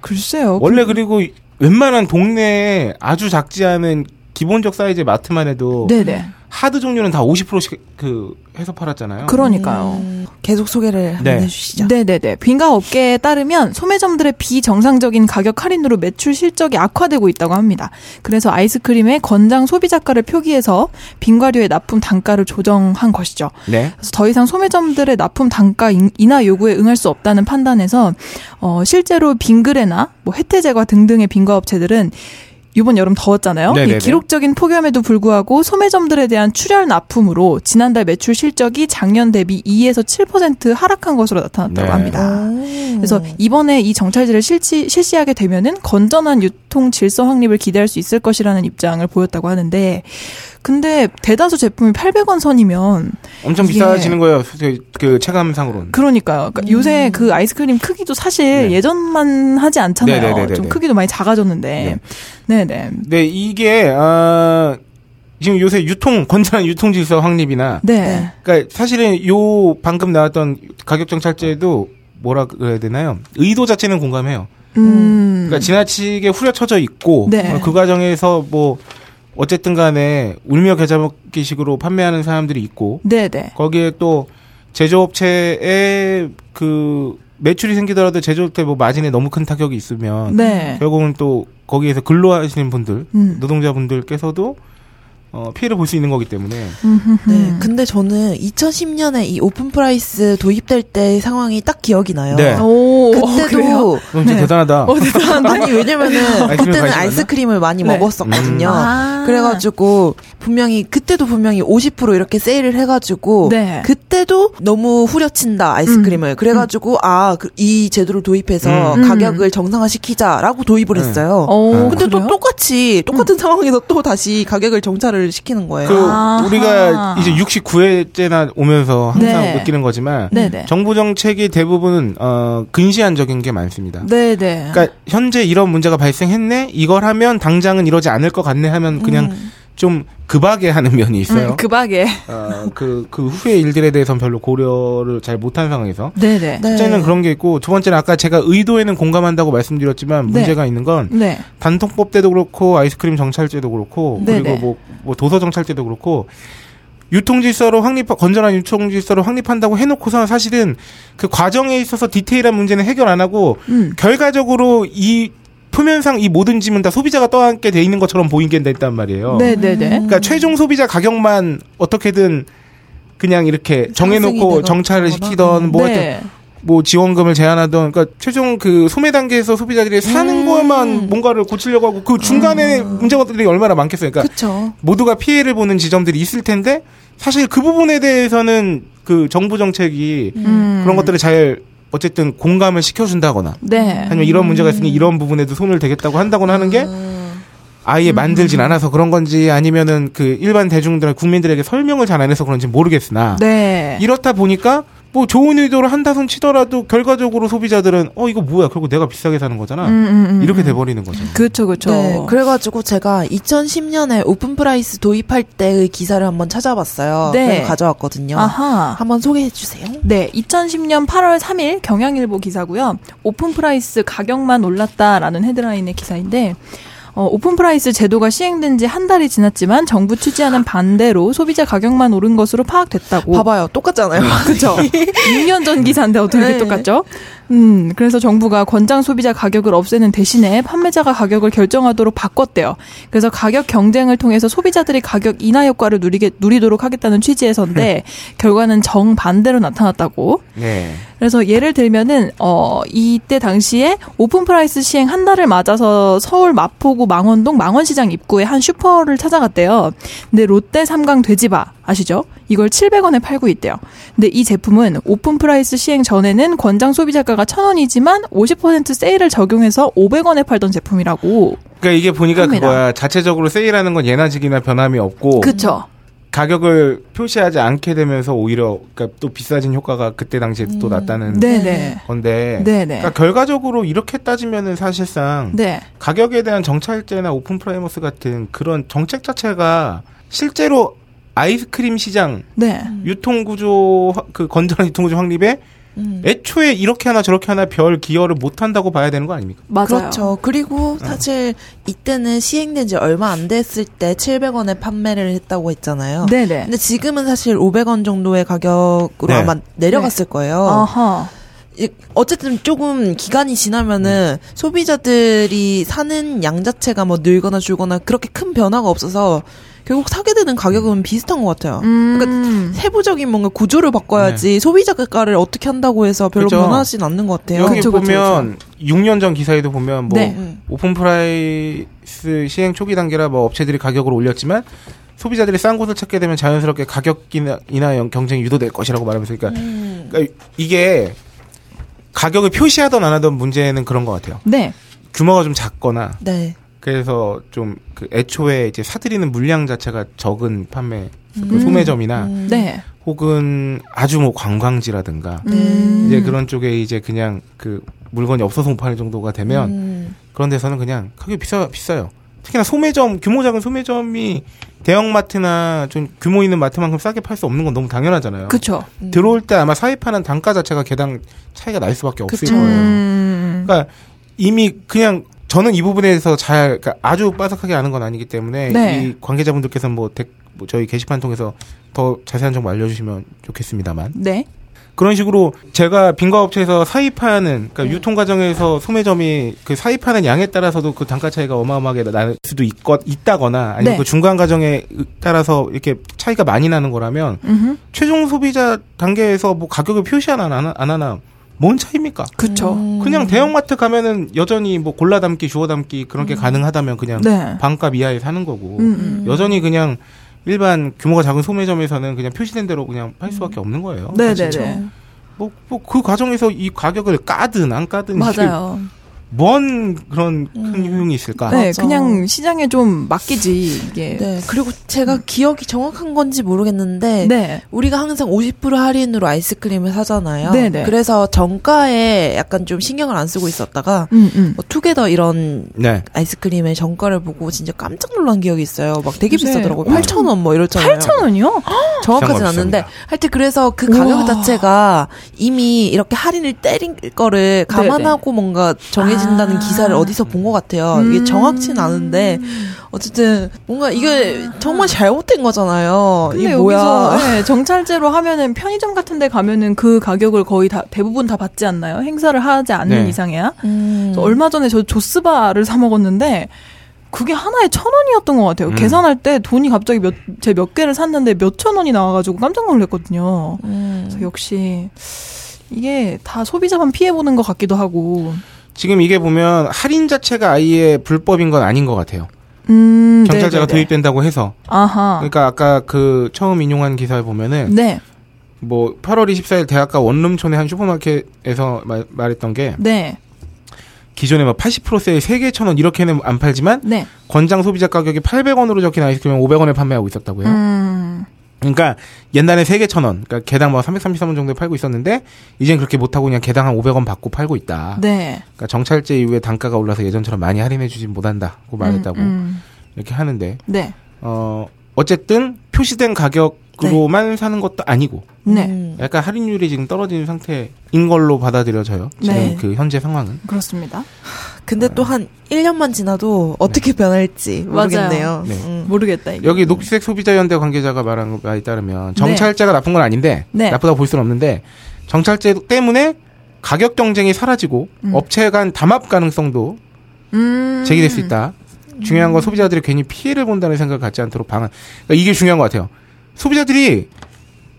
Speaker 5: 글쎄요.
Speaker 4: 원래 그리고 웬만한 동네에 아주 작지 않은 기본적 사이즈의 마트만 해도
Speaker 5: 네네.
Speaker 4: 하드 종류는 다 50%씩 그 해서 팔았잖아요.
Speaker 5: 그러니까요.
Speaker 6: 음, 계속 소개를 한번
Speaker 4: 네.
Speaker 6: 해주시죠.
Speaker 5: 네네네. 빙가 업계에 따르면 소매점들의 비정상적인 가격 할인으로 매출 실적이 악화되고 있다고 합니다. 그래서 아이스크림의 권장 소비자가를 표기해서 빙과류의 납품 단가를 조정한 것이죠.
Speaker 4: 네.
Speaker 5: 그래서 더 이상 소매점들의 납품 단가 인- 인하 요구에 응할 수 없다는 판단에서 어, 실제로 빙그레나 뭐 혜태제과 등등의 빙과 업체들은 이번 여름 더웠잖아요. 이
Speaker 4: 네네네.
Speaker 5: 기록적인 폭염에도 불구하고 소매점들에 대한 출혈 납품으로 지난달 매출 실적이 작년 대비 2에서 7% 하락한 것으로 나타났다고
Speaker 4: 네.
Speaker 5: 합니다.
Speaker 6: 음.
Speaker 5: 그래서 이번에 이 정찰제를 실시, 실시하게 되면은 건전한 유통 질서 확립을 기대할 수 있을 것이라는 입장을 보였다고 하는데 근데 대다수 제품이 800원 선이면
Speaker 4: 엄청
Speaker 5: 이게-
Speaker 4: 비싸지는 거예요. 그, 그 체감상으로는.
Speaker 5: 그러니까요. 그러니까 요새 그 아이스크림 크기도 사실
Speaker 4: 음. 네.
Speaker 5: 예전만 하지 않잖아요.
Speaker 4: 네네네네네.
Speaker 5: 좀 크기도 많이 작아졌는데. 네. 네
Speaker 4: 네, 이게 아 지금 요새 유통 건전한 유통 질서 확립이나
Speaker 5: 네.
Speaker 6: 네.
Speaker 4: 그러니까 사실은 요 방금 나왔던 가격 정찰제도 뭐라 그래야 되나요? 의도 자체는 공감해요.
Speaker 5: 음.
Speaker 4: 그러니까 지나치게 후려쳐져 있고
Speaker 5: 네.
Speaker 4: 어, 그 과정에서 뭐 어쨌든 간에 울며 겨자 먹기식으로 판매하는 사람들이 있고
Speaker 5: 네, 네.
Speaker 4: 거기에 또 제조업체에 그 매출이 생기더라도 제조업체 뭐 마진에 너무 큰 타격이 있으면
Speaker 5: 네.
Speaker 4: 결국은 또 거기에서 근로하시는 분들
Speaker 5: 음.
Speaker 4: 노동자분들께서도 어, 피해를 볼 수 있는 거기 때문에 음.
Speaker 5: 음.
Speaker 6: 네,
Speaker 5: 그-
Speaker 6: 근데 저는 2010년에 이 오픈 프라이스 도입될 때 상황이 딱 기억이 나요.
Speaker 4: 네.
Speaker 5: 오, 어, 그래요?
Speaker 6: 그때도
Speaker 4: 그럼 진짜
Speaker 5: 네.
Speaker 4: 대단하다.
Speaker 5: 어, 대단한데?
Speaker 6: 아니 왜냐면은
Speaker 4: 아이스크림 음.
Speaker 6: 그때는
Speaker 4: 관심
Speaker 6: 아이스크림을 많이
Speaker 5: 네.
Speaker 6: 먹었었거든요.
Speaker 5: 아.
Speaker 6: 그래가지고 분명히 그때도 분명히 50% 이렇게 세일을 해가지고
Speaker 5: 네.
Speaker 6: 그때도 너무 후려친다 아이스크림을 그래가지고 아 이 제도를 도입해서
Speaker 5: 음.
Speaker 6: 가격을 정상화시키자라고 도입을
Speaker 4: 네.
Speaker 6: 했어요.
Speaker 5: 오,
Speaker 6: 근데
Speaker 5: 그래요?
Speaker 6: 또
Speaker 5: 음.
Speaker 6: 똑같이 똑같은 상황에서 또 다시 가격을 정찰을 시키는 거예요.
Speaker 4: 그
Speaker 5: 아하.
Speaker 4: 우리가 이제 69회째나 오면서 항상
Speaker 5: 네.
Speaker 4: 느끼는 거지만
Speaker 5: 네네.
Speaker 4: 정부 정책이 대부분 어, 근시안적인 게 많습니다.
Speaker 5: 네, 네.
Speaker 4: 그러니까 현재 이런 문제가 발생했네. 이걸 하면 당장은 이러지 않을 것 같네 하면 그냥 좀 급하게 하는 면이 있어요.
Speaker 5: 음, 급하게.
Speaker 4: 어, 그, 그 후의 일들에 대해서는 별로 고려를 잘 못한 상황에서.
Speaker 5: 네, 네.
Speaker 6: 네.
Speaker 4: 첫째는 그런 게 있고, 두 번째는 아까 제가 의도에는 공감한다고 말씀드렸지만,
Speaker 5: 네.
Speaker 4: 문제가 있는 건,
Speaker 5: 네.
Speaker 4: 단통법 때도 그렇고, 아이스크림 정찰제도 그렇고,
Speaker 5: 네네.
Speaker 4: 그리고 뭐, 뭐 도서 정찰제도 그렇고, 유통질서로 확립, 건전한 유통질서로 확립한다고 해놓고서 사실은 그 과정에 있어서 디테일한 문제는 해결 안 하고,
Speaker 5: 음.
Speaker 4: 결과적으로 이 표면상 이 모든 짐은 다 소비자가 떠안게 돼 있는 것처럼 보인 게 됐단 말이에요.
Speaker 5: 네, 네, 네.
Speaker 4: 그러니까 최종 소비자 가격만 어떻게든 그냥 이렇게 정해놓고
Speaker 6: 상승이
Speaker 4: 정찰을
Speaker 6: 되거나.
Speaker 4: 시키던 뭐, 하여튼
Speaker 5: 네.
Speaker 4: 뭐 지원금을 제한하던 그러니까 최종 그 소매 단계에서 소비자들이 사는
Speaker 6: 음.
Speaker 4: 것만 뭔가를 고치려고 하고 그 중간에 문제들이 얼마나 많겠어요. 그러니까
Speaker 6: 그쵸.
Speaker 4: 모두가 피해를 보는 지점들이 있을 텐데 사실 그 부분에 대해서는 그 정부 정책이
Speaker 5: 음.
Speaker 4: 그런 것들을 잘 어쨌든 공감을 시켜준다거나
Speaker 5: 네.
Speaker 4: 아니면 이런 문제가 있으니 이런 부분에도 손을 대겠다고 한다거나 하는 게 아예 만들진 않아서 그런 건지 아니면은 그 일반 대중들 국민들에게 설명을 잘 안 해서 그런지 모르겠으나
Speaker 5: 네.
Speaker 4: 이렇다 보니까 뭐 좋은 의도로 한다손 치더라도 결과적으로 소비자들은 어 이거 뭐야 결국 내가 비싸게 사는 거잖아
Speaker 5: 음, 음, 음.
Speaker 4: 이렇게 돼버리는 거죠.
Speaker 5: 그렇죠, 그렇죠.
Speaker 6: 네, 그래가지고 제가 2010년에 오픈 프라이스 도입할 때의 기사를 한번 찾아봤어요.
Speaker 5: 네.
Speaker 6: 그래서 가져왔거든요.
Speaker 5: 아하.
Speaker 6: 한번 소개해 주세요.
Speaker 5: 네, 2010년 8월 3일 경향일보 기사고요. 오픈 프라이스 가격만 올랐다라는 헤드라인의 기사인데 어, 오픈 프라이스 제도가 시행된 지 한 달이 지났지만 정부 취지와는 반대로 소비자 가격만 오른 것으로 파악됐다고.
Speaker 6: 봐봐요, 똑같잖아요.
Speaker 5: 그렇죠. 6년 전 기사인데 어떻게
Speaker 6: 네.
Speaker 5: 이렇게 똑같죠? 음, 그래서 정부가 권장 소비자 가격을 없애는 대신에 판매자가 가격을 결정하도록 바꿨대요. 그래서 가격 경쟁을 통해서 소비자들이 가격 인하 효과를 누리게 누리도록 하겠다는 취지에서인데
Speaker 6: 음.
Speaker 5: 결과는 정반대로 나타났다고.
Speaker 4: 네.
Speaker 5: 그래서 예를 들면은 어 이때 당시에 오픈 프라이스 시행 한 달을 맞아서 서울 마포구 망원동 망원시장 입구에 한 슈퍼를 찾아갔대요. 근데 롯데 삼강 돼지바 아시죠? 이걸 700원에 팔고 있대요. 근데 이 제품은 오픈 프라이스 시행 전에는 권장 소비자가가 1,000원이지만 50% 세일을 적용해서 500원에 팔던 제품이라고.
Speaker 4: 그러니까 이게 보니까
Speaker 5: 합니다.
Speaker 4: 그거야 자체적으로 세일하는 건 예나 지기나 변함이 없고
Speaker 5: 그쵸?
Speaker 4: 가격을 표시하지 않게 되면서 오히려 그러니까 또 비싸진 효과가 그때 당시에 또 났다는
Speaker 5: 음, 네네.
Speaker 4: 건데
Speaker 5: 네네.
Speaker 4: 그러니까 결과적으로 이렇게 따지면은 사실상
Speaker 5: 네.
Speaker 4: 가격에 대한 정찰제나 오픈 프라이머스 같은 그런 정책 자체가 실제로 아이스크림 시장
Speaker 5: 네.
Speaker 4: 유통 구조 그 건전한 유통 구조 확립에
Speaker 6: 음.
Speaker 4: 애초에 이렇게 하나 저렇게 하나 별 기여를 못 한다고 봐야 되는 거 아닙니까?
Speaker 5: 맞아요.
Speaker 6: 그렇죠. 그리고 사실 이때는 시행된 지 얼마 안 됐을 때 700원에 판매를 했다고 했잖아요.
Speaker 5: 네네.
Speaker 6: 근데 지금은 사실 500원 정도의 가격으로
Speaker 4: 네.
Speaker 6: 아마 내려갔을 거예요.
Speaker 5: 아하.
Speaker 6: 이- 어쨌든 조금 기간이 지나면은
Speaker 4: 음.
Speaker 6: 소비자들이 사는 양 자체가 뭐 늘거나 줄거나 그렇게 큰 변화가 없어서 결국 사게 되는 가격은 비슷한 것 같아요.
Speaker 5: 음.
Speaker 6: 그러니까 세부적인 뭔가 구조를 바꿔야지 소비자 가까를 어떻게 한다고 해서 별로
Speaker 4: 네. 그죠.
Speaker 6: 변화하진 않는 것 같아요.
Speaker 4: 여기
Speaker 5: 네, 그쵸, 그쵸,
Speaker 4: 보면 6년 전 기사에도 보면 뭐
Speaker 5: 네.
Speaker 6: 음.
Speaker 4: 오픈 프라이스 시행 초기 단계라 뭐 업체들이 가격을 올렸지만 소비자들이 싼 곳을 찾게 되면 자연스럽게 가격 인하- 인하 연- 경쟁이 유도될 것이라고 말하면서
Speaker 5: 음.
Speaker 4: 그러니까,
Speaker 6: 음.
Speaker 4: 그러니까 이게 가격을 표시하던 안 하던 문제는 그런 것 같아요.
Speaker 5: 네.
Speaker 4: 규모가 좀 작거나
Speaker 6: 네.
Speaker 4: 그래서 좀 그 애초에 이제 사들이는 물량 자체가 적은 판매
Speaker 5: 음.
Speaker 6: 음.
Speaker 4: 그 소매점이나
Speaker 5: 네.
Speaker 4: 혹은 아주 뭐 관광지라든가
Speaker 5: 음.
Speaker 4: 이제 그런 쪽에 이제 그냥 그 물건이 없어서 못 파는 정도가 되면
Speaker 5: 음.
Speaker 6: 음.
Speaker 4: 그런 데서는 그냥 가격이 비싸 비싸요. 특히나 소매점 규모 작은 소매점이 대형마트나 좀 규모 있는 마트만큼 싸게 팔 수 없는 건 너무 당연하잖아요.
Speaker 5: 그쵸.
Speaker 6: 음.
Speaker 4: 들어올 때 아마 사입하는 단가 자체가 개당 차이가 날 수밖에 없을
Speaker 6: 그쵸.
Speaker 4: 거예요.
Speaker 5: 음.
Speaker 4: 그러니까 이미 그냥 저는 이 부분에서 잘 그러니까 아주 빠삭하게 아는 건 아니기 때문에
Speaker 5: 네.
Speaker 4: 이 관계자분들께서 뭐, 댓- 뭐 저희 게시판 통해서 더 자세한 정보 알려주시면 좋겠습니다만
Speaker 5: 네.
Speaker 4: 그런 식으로 제가 빙과업체에서 사입하는
Speaker 5: 네.
Speaker 4: 그러니까 유통 과정에서 소매점이 그 사입하는 양에 따라서도 그 단가 차이가 어마어마하게 날 수도 있것 있다거나 아니면
Speaker 5: 네.
Speaker 4: 그 중간 과정에 따라서 이렇게 차이가 많이 나는 거라면
Speaker 5: 음흠.
Speaker 4: 최종 소비자 단계에서 뭐 가격을 표시하나 안 하나, 안 하나 뭔 차이입니까?
Speaker 5: 그쵸.
Speaker 4: 그냥 대형마트 가면은 여전히 뭐 골라 담기, 주워 담기 그런 게 가능하다면 그냥
Speaker 5: 음. 네.
Speaker 4: 반값 이하에 사는 거고
Speaker 5: 음, 음.
Speaker 4: 여전히 그냥 일반 규모가 작은 소매점에서는 그냥 표시된 대로 그냥 팔 수밖에 없는 거예요.
Speaker 5: 음. 네네네.
Speaker 4: 뭐 그 과정에서 이 가격을 까든 안
Speaker 6: 음.
Speaker 4: 까든 이게
Speaker 5: 맞아요.
Speaker 4: 뭔 그런 큰 효용이 있을까?
Speaker 5: 네,
Speaker 6: 맞아.
Speaker 5: 그냥 시장에 좀 맡기지
Speaker 4: 예.
Speaker 5: 이게.
Speaker 6: 네. 그리고
Speaker 4: 음.
Speaker 6: 제가 기억이 정확한 건지 모르겠는데
Speaker 5: 네.
Speaker 6: 우리가 항상 50% 할인으로 아이스크림을 사잖아요.
Speaker 5: 네네.
Speaker 6: 그래서 정가에 약간 좀 신경을 안 쓰고 있었다가
Speaker 5: 음, 음.
Speaker 6: 뭐 투게더 이런
Speaker 4: 네.
Speaker 6: 아이스크림의 정가를 보고 진짜 깜짝 놀란 기억이 있어요. 막 되게
Speaker 5: 요새
Speaker 6: 비싸더라고요.
Speaker 5: 엄청-
Speaker 6: 8,000원 뭐 이렇잖아요.
Speaker 5: 8,000원이요?
Speaker 6: 정확하진
Speaker 4: 비싼 거
Speaker 6: 않는데
Speaker 4: 비쌉니다.
Speaker 6: 하여튼 그래서 그 가격
Speaker 5: 우와.
Speaker 6: 자체가 이미 이렇게 할인을 때린 거를 감안하고 뭔가 정해진다는
Speaker 5: 아.
Speaker 6: 기사를 어디서 본 것 같아요. 이게
Speaker 5: 음.
Speaker 6: 정확진 않은데 어쨌든 뭔가 이게 정말 잘못된 거잖아요. 어, 이게 뭐야?
Speaker 5: 여기서 네, 정찰제로 하면은 편의점 같은 데 가면은 그 가격을 거의 다 대부분 다 받지 않나요? 행사를 하지 않는
Speaker 4: 네.
Speaker 5: 이상이야.
Speaker 6: 음.
Speaker 5: 그래서 얼마 전에 저 조스바를 사 먹었는데 그게 하나에 천 원이었던 것
Speaker 4: 음.
Speaker 5: 같아요. 계산할 때 돈이 갑자기 몇 제 몇 개를 샀는데 몇 천 원이 나와가지고 깜짝 놀랐거든요.
Speaker 6: 음.
Speaker 5: 그래서 역시 이게 다 소비자만 피해 보는 것 같기도 하고.
Speaker 4: 지금 이게 보면 할인 자체가 아예 불법인 건 아닌 것 같아요.
Speaker 5: 음,
Speaker 4: 경찰제가
Speaker 5: 네네네.
Speaker 4: 도입된다고 해서
Speaker 5: 아하.
Speaker 4: 그러니까 아까 그 처음 인용한 기사에 보면은
Speaker 5: 네,
Speaker 4: 뭐 8월 24일 대학가 원룸촌의 한 슈퍼마켓에서 말, 말했던 게
Speaker 5: 네,
Speaker 4: 기존에 막 80% 세일 3개 1,000원 이렇게는 안 팔지만
Speaker 5: 네.
Speaker 4: 권장 소비자 가격이 800원으로 적힌 아이스크림을 500원에 판매하고 있었다고요.
Speaker 5: 음,
Speaker 4: 그러니까 옛날에 3개 1,000원, 그러니까 개당 뭐 333원 정도에 팔고 있었는데 이젠 그렇게 못 하고 그냥 개당 한 500원 받고 팔고 있다.
Speaker 5: 네.
Speaker 4: 그러니까 정찰제 이후에 단가가 올라서 예전처럼 많이 할인해 주진 못한다고 말했다고
Speaker 5: 음,
Speaker 4: 이렇게 하는데
Speaker 5: 음. 네,
Speaker 4: 어 어쨌든 표시된 가격으로만 사는 것도 아니고
Speaker 5: 네.
Speaker 6: 음.
Speaker 4: 약간 할인율이 지금 떨어진 상태인 걸로 받아들여져요. 지금
Speaker 5: 네.
Speaker 4: 그 현재 상황은.
Speaker 5: 그렇습니다.
Speaker 6: 근데 또 한 1년만 지나도 어떻게
Speaker 5: 네.
Speaker 6: 변할지 모르겠네요.
Speaker 4: 네.
Speaker 6: 음.
Speaker 5: 모르겠다 이게.
Speaker 4: 여기 녹색 소비자연대 관계자가 말한 바에 따르면 정찰제가 나쁜 건 아닌데
Speaker 5: 네.
Speaker 4: 나쁘다고 볼 수는 없는데 정찰제 때문에 가격 경쟁이 사라지고 업체 간 담합 가능성도
Speaker 5: 음.
Speaker 4: 제기될 수 있다. 중요한 건 소비자들이 괜히 피해를 본다는 생각을 갖지 않도록 방안. 그러니까 이게 중요한 것 같아요. 소비자들이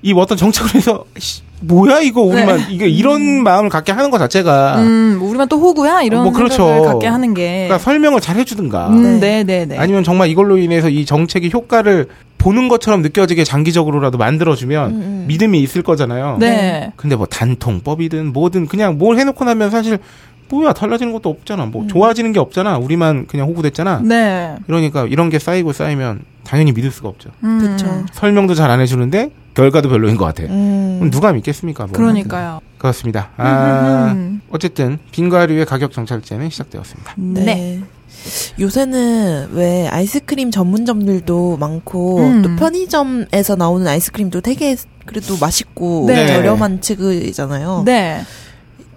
Speaker 4: 이뭐 어떤 정책을 해서 씨, 뭐야 이거 우리만 이게 이런 마음을 갖게 하는 것 자체가
Speaker 5: 네. 음, 우리만 또 호구야 이런
Speaker 4: 뭐 그렇죠.
Speaker 5: 생각을 갖게 하는 게.
Speaker 4: 그러니까 설명을 잘 해주든가
Speaker 5: 음, 네, 네, 네.
Speaker 4: 아니면 정말 이걸로 인해서 이 정책의 효과를 보는 것처럼 느껴지게 장기적으로라도 만들어주면 믿음이 있을 거잖아요.
Speaker 5: 네.
Speaker 4: 근데 뭐 단통법이든 뭐든 그냥 뭘 해놓고 나면 사실 뭐야 달라지는 것도
Speaker 5: 음.
Speaker 4: 없잖아. 뭐 좋아지는 게 없잖아. 우리만 그냥 호구됐잖아.
Speaker 5: 네.
Speaker 4: 이러니까 이런 게 쌓이고 쌓이면 당연히 믿을 수가 없죠.
Speaker 5: 음.
Speaker 4: 뭐
Speaker 6: 그쵸.
Speaker 4: 설명도 잘 안 해주는데 결과도 별로인 것 같아요.
Speaker 6: 음.
Speaker 4: 그럼 누가 믿겠습니까? 뭐.
Speaker 5: 그러니까요.
Speaker 4: 그렇습니다. 아,
Speaker 5: 음.
Speaker 4: 어쨌든 빙과류의 가격 정찰제는 시작되었습니다.
Speaker 5: 네.
Speaker 6: 요새는 왜 아이스크림 전문점들도 많고
Speaker 5: 음.
Speaker 6: 또 편의점에서 나오는 아이스크림도 되게 그래도 맛있고
Speaker 5: 네.
Speaker 6: 저렴한 측이잖아요.
Speaker 5: 네.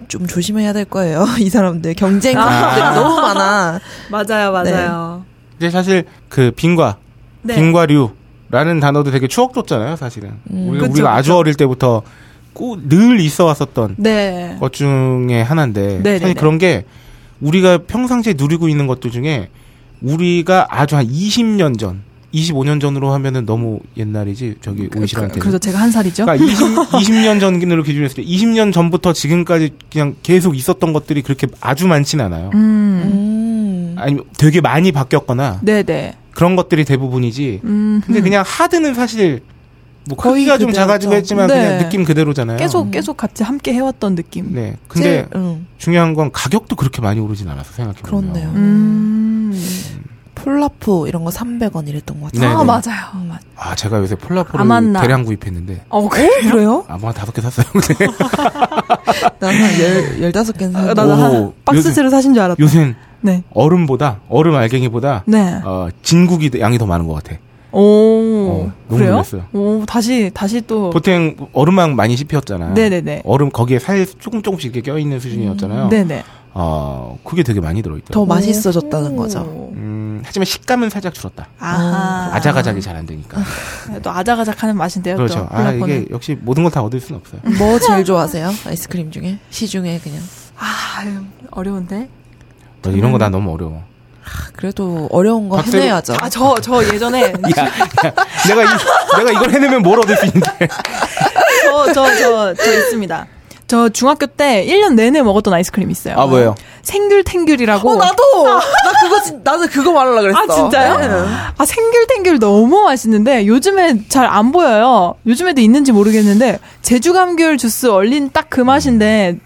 Speaker 6: 좀 조심해야 될 거예요. 이 사람들 경쟁이
Speaker 4: 아.
Speaker 6: 너무 많아.
Speaker 7: 맞아요,
Speaker 5: 네.
Speaker 7: 맞아요.
Speaker 4: 근데 사실 그 빙과,
Speaker 7: 네.
Speaker 4: 빙과류라는 단어도 되게 추억 줬잖아요, 사실은. 우리가,
Speaker 5: 음. 그쵸,
Speaker 4: 우리가 아주
Speaker 5: 그쵸.
Speaker 4: 어릴 때부터 꼭 늘 있어 왔었던
Speaker 5: 네.
Speaker 4: 것 중에 하나인데
Speaker 5: 네, 네,
Speaker 4: 사실
Speaker 5: 네.
Speaker 4: 그런 게 우리가 평상시에 누리고 있는 것들 중에 우리가 아주 한 20년 전, 25년 전으로 하면은 너무 옛날이지 저기 오이시랑 때.
Speaker 5: 그래서 그렇죠? 제가 한 살이죠.
Speaker 4: 그러니까 20, 년 전으로 기준했을 때 20년 전부터 지금까지 그냥 계속 있었던 것들이 그렇게 아주 많진 않아요.
Speaker 5: 음.
Speaker 6: 음.
Speaker 4: 아니면 되게 많이 바뀌었거나
Speaker 5: 네네.
Speaker 4: 그런 것들이 대부분이지.
Speaker 5: 음.
Speaker 4: 근데 그냥 하드는 사실 뭐
Speaker 6: 거의
Speaker 4: 크기가 좀
Speaker 6: 그대로죠.
Speaker 4: 작아지고 했지만 그냥
Speaker 5: 네.
Speaker 4: 느낌 그대로잖아요.
Speaker 5: 계속 계속 같이 함께 해왔던 느낌.
Speaker 4: 네.
Speaker 6: 제일,
Speaker 4: 근데
Speaker 6: 음,
Speaker 4: 중요한 건 가격도 그렇게 많이 오르진 않았어 생각해 보면.
Speaker 6: 그렇네요.
Speaker 5: 음.
Speaker 6: 폴라포 이런 거 300원 이랬던 것
Speaker 4: 네,
Speaker 6: 같아요.
Speaker 5: 아
Speaker 4: 네.
Speaker 5: 맞아요. 맞-
Speaker 4: 아 제가 요새 폴라포를
Speaker 5: 아만나.
Speaker 4: 대량 구입했는데
Speaker 5: 어 그래요?
Speaker 6: 그래요?
Speaker 4: 아마 한 다섯 개 샀어요. 근데
Speaker 6: 나는 한 열, 열다섯 개는
Speaker 5: 아,
Speaker 6: 사고.
Speaker 5: 나도
Speaker 4: 오,
Speaker 5: 한 박스째를 사신 줄 알았다.
Speaker 4: 요새
Speaker 5: 네.
Speaker 4: 얼음보다 얼음 알갱이보다
Speaker 5: 네.
Speaker 4: 어, 진국이 양이 더 많은 것 같아.
Speaker 5: 오.
Speaker 4: 어, 너무
Speaker 5: 그래요?
Speaker 4: 놀랐어요.
Speaker 5: 오 다시 다시 또.
Speaker 4: 보통 얼음만 많이 씹혔잖아.
Speaker 5: 네네네. 음,
Speaker 4: 얼음 거기에 살 조금 조금씩 이렇게 껴있는 수준이었잖아요.
Speaker 5: 네네.
Speaker 4: 어, 그게 되게 많이 들어있더라고.
Speaker 6: 더 맛있어졌다는 거죠.
Speaker 5: 오.
Speaker 4: 음, 하지만 식감은 살짝 줄었다.
Speaker 5: 아하.
Speaker 4: 아. 자가작이 잘 안 되니까.
Speaker 5: 네, 또 아작아작하는 맛인데요.
Speaker 4: 그렇죠.
Speaker 5: 또
Speaker 4: 아,
Speaker 5: 폴라포는.
Speaker 4: 이게 역시 모든 걸 다 얻을 수는 없어요.
Speaker 5: 음.
Speaker 6: 뭐 제일 좋아하세요? 아이스크림 중에? 시중에 그냥.
Speaker 5: 아 어려운데.
Speaker 4: 너 아, 이런
Speaker 5: 음.
Speaker 4: 거 나 너무 어려워.
Speaker 6: 아, 그래도 어려운 거
Speaker 4: 박세리-
Speaker 6: 해내야죠.
Speaker 5: 아 저 저 예전에
Speaker 4: 야, 야, 내가, 이, 내가 이걸 해내면 뭘 얻을 수 있는데.
Speaker 5: 저 저 저 저 있습니다. 저 중학교 때 1년 내내 먹었던 아이스크림 있어요.
Speaker 4: 아, 뭐예요?
Speaker 5: 생귤탱귤이라고.
Speaker 6: 어, 나도! 나 그거, 진- 나는 그거 말하려고 그랬어.
Speaker 5: 뭐, 아 진짜요?
Speaker 4: 네.
Speaker 5: 아 생귤탱귤 너무 맛있는데 요즘에 잘 안 보여요. 요즘에도 있는지 모르겠는데 제주 감귤 주스 얼린 딱 그 맛인데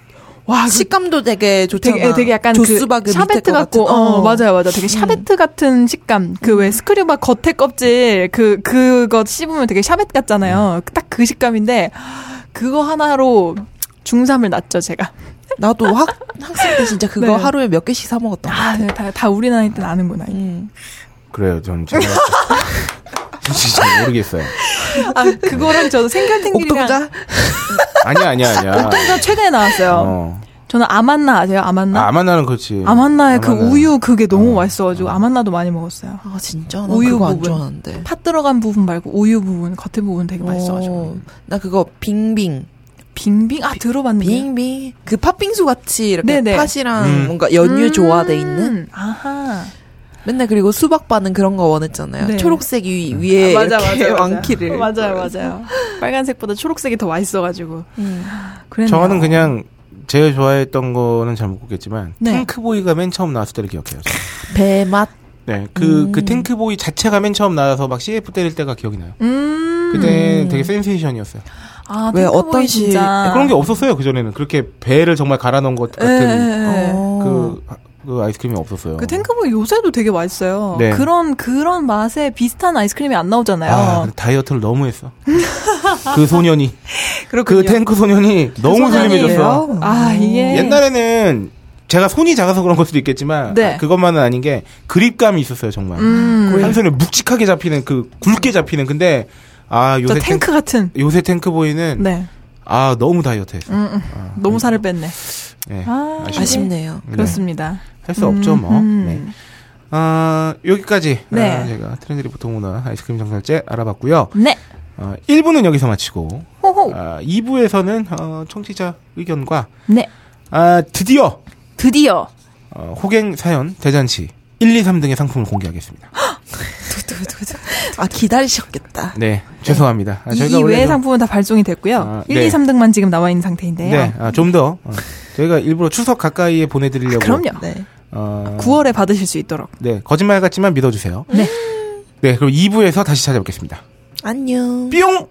Speaker 5: 와
Speaker 6: 아,
Speaker 5: 그-
Speaker 6: 식감도 되게 좋잖아.
Speaker 5: 되게 되게 약간
Speaker 6: 조수바
Speaker 5: 그
Speaker 6: 그 밑에
Speaker 5: 샤베트
Speaker 6: 거
Speaker 5: 같고
Speaker 6: 같은-
Speaker 5: 어, 맞아요 맞아 되게 샤베트 같은 식감 그 왜 스크류바 겉에 껍질 그 그거 씹으면 되게 샤베트 같잖아요 딱 그 식감인데 그거 하나로 중3을 낳죠 제가
Speaker 6: 나도 학, 학생 때 진짜 그거
Speaker 5: 네.
Speaker 6: 하루에 몇 개씩 사 먹었던 거.
Speaker 5: 아, 다, 다 우리 나이 때 나는구나
Speaker 6: 음.
Speaker 4: 그래요, 저는 제가. 진짜 잘 모르겠어요.
Speaker 5: 아 그거랑 저도 생귤탱귤이랑
Speaker 6: 옥동자?
Speaker 4: 아니야, 아니야, 아니야.
Speaker 5: 옥동자 최근에 나왔어요
Speaker 4: 어.
Speaker 5: 저는 아만나 아세요 아만나
Speaker 4: 아, 아만나는 그렇지.
Speaker 5: 아만나의 그
Speaker 4: 아만나는.
Speaker 5: 우유 그게 너무
Speaker 4: 어.
Speaker 5: 맛있어가지고 아만나도 많이 먹었어요
Speaker 6: 아, 진짜? 나
Speaker 5: 우유
Speaker 6: 그거 안
Speaker 5: 부분.
Speaker 6: 좋아하는데.
Speaker 5: 팥 들어간 부분 말고 우유 부분 겉에 부분 되게 맛있어가지고
Speaker 6: 네. 어, 나 그거 빙빙.
Speaker 5: 빙빙 아 들어봤는데
Speaker 6: 빙빙. 그 팥빙수 같이 이렇게
Speaker 5: 네네.
Speaker 6: 팥이랑
Speaker 4: 음.
Speaker 6: 뭔가 연유 조화돼 있는.
Speaker 5: 음, 아하
Speaker 6: 맨날 그리고 수박바는 그런 거 원했잖아요.
Speaker 5: 네. 아,
Speaker 6: 초록색 위, 위에
Speaker 5: 예,
Speaker 6: 이렇게 왕키를.
Speaker 5: 맞아요 맞아요 빨간색보다 초록색이 더 맛있어가지고
Speaker 6: 음.
Speaker 5: 그랬네요.
Speaker 4: 저는 그냥 제일 좋아했던 거는 잘 모르겠지만
Speaker 5: 네.
Speaker 4: 탱크보이가 맨 처음 나왔을 때를 기억해요. 저는.
Speaker 6: 배맛.
Speaker 4: 네, 그,
Speaker 6: 음.
Speaker 4: 그 탱크보이 자체가 맨 처음 나와서 막 CF 때릴 때가 기억이 나요.
Speaker 5: 음.
Speaker 4: 그때
Speaker 6: 음.
Speaker 4: 되게 센세이션이었어요.
Speaker 5: 아,
Speaker 6: 왜
Speaker 5: 탱크보이
Speaker 6: 어떤 시-
Speaker 5: 진짜
Speaker 4: 예, 그런 게 없었어요, 그전에는. 그렇게 배를 정말 갈아 넣은 것
Speaker 5: 예,
Speaker 4: 같은
Speaker 5: 예, 예.
Speaker 6: 어.
Speaker 4: 그, 그 아이스크림이 없었어요.
Speaker 5: 그 탱크보이 요새도 되게 맛있어요.
Speaker 4: 네.
Speaker 5: 그런 그런 맛에 비슷한 아이스크림이 안 나오잖아요.
Speaker 4: 아, 근데 다이어트를 너무 했어. 그 소년이.
Speaker 5: 그렇군요.
Speaker 4: 그 탱크 소년이 너무 슬림해졌어.
Speaker 6: 소년이에요?
Speaker 5: 아 이게
Speaker 4: 옛날에는 제가 손이 작아서 그런 걸 수도 있겠지만
Speaker 5: 네.
Speaker 4: 아, 그것만은 아닌 게 그립감이 있었어요 정말
Speaker 5: 음,
Speaker 4: 한 손에 묵직하게 잡히는 그 굵게 잡히는 근데 아
Speaker 5: 저
Speaker 4: 요새
Speaker 5: 탱크,
Speaker 4: 탱크,
Speaker 5: 같은.
Speaker 4: 요새 탱크 보이는
Speaker 5: 네.
Speaker 4: 아 너무 다이어트했어.
Speaker 5: 음, 음. 너무 살을 뺐네.
Speaker 4: 네.
Speaker 5: 아,
Speaker 4: 아, 아쉽네.
Speaker 6: 아쉽네요.
Speaker 5: 그렇습니다.
Speaker 4: 할 수 없죠 뭐.
Speaker 5: 음,
Speaker 4: 네. 아 여기까지
Speaker 5: 네.
Speaker 4: 아, 제가 트렌드리 보통 문화 아이스크림 정설제 알아봤고요.
Speaker 5: 네.
Speaker 4: 어, 1부는 여기서 마치고
Speaker 5: 호호.
Speaker 4: 아, 2부에서는 어, 청취자 의견과
Speaker 5: 네.
Speaker 4: 아, 드디어
Speaker 5: 드디어
Speaker 4: 어, 호갱 사연 대잔치 1, 2, 3등의 상품을 공개하겠습니다.
Speaker 6: 두두두두. 아, 기다리셨겠다.
Speaker 4: 네, 죄송합니다. 아,
Speaker 5: 이
Speaker 4: 저희가 원래
Speaker 5: 외의
Speaker 4: 좀-
Speaker 5: 상품은 다 발송이 됐고요.
Speaker 4: 아,
Speaker 5: 1,
Speaker 4: 네.
Speaker 5: 2, 3등만 지금 남아 있는 상태인데요.
Speaker 4: 네, 아, 좀 더. 어, 저희가 일부러 추석 가까이에 보내드리려고.
Speaker 5: 그럼요.
Speaker 6: 네.
Speaker 4: 어,
Speaker 5: 9월에 받으실 수 있도록.
Speaker 4: 네, 거짓말 같지만 믿어주세요.
Speaker 5: 네.
Speaker 4: 네, 그럼 2부에서 다시 찾아뵙겠습니다.
Speaker 6: 안녕.
Speaker 4: 뿅!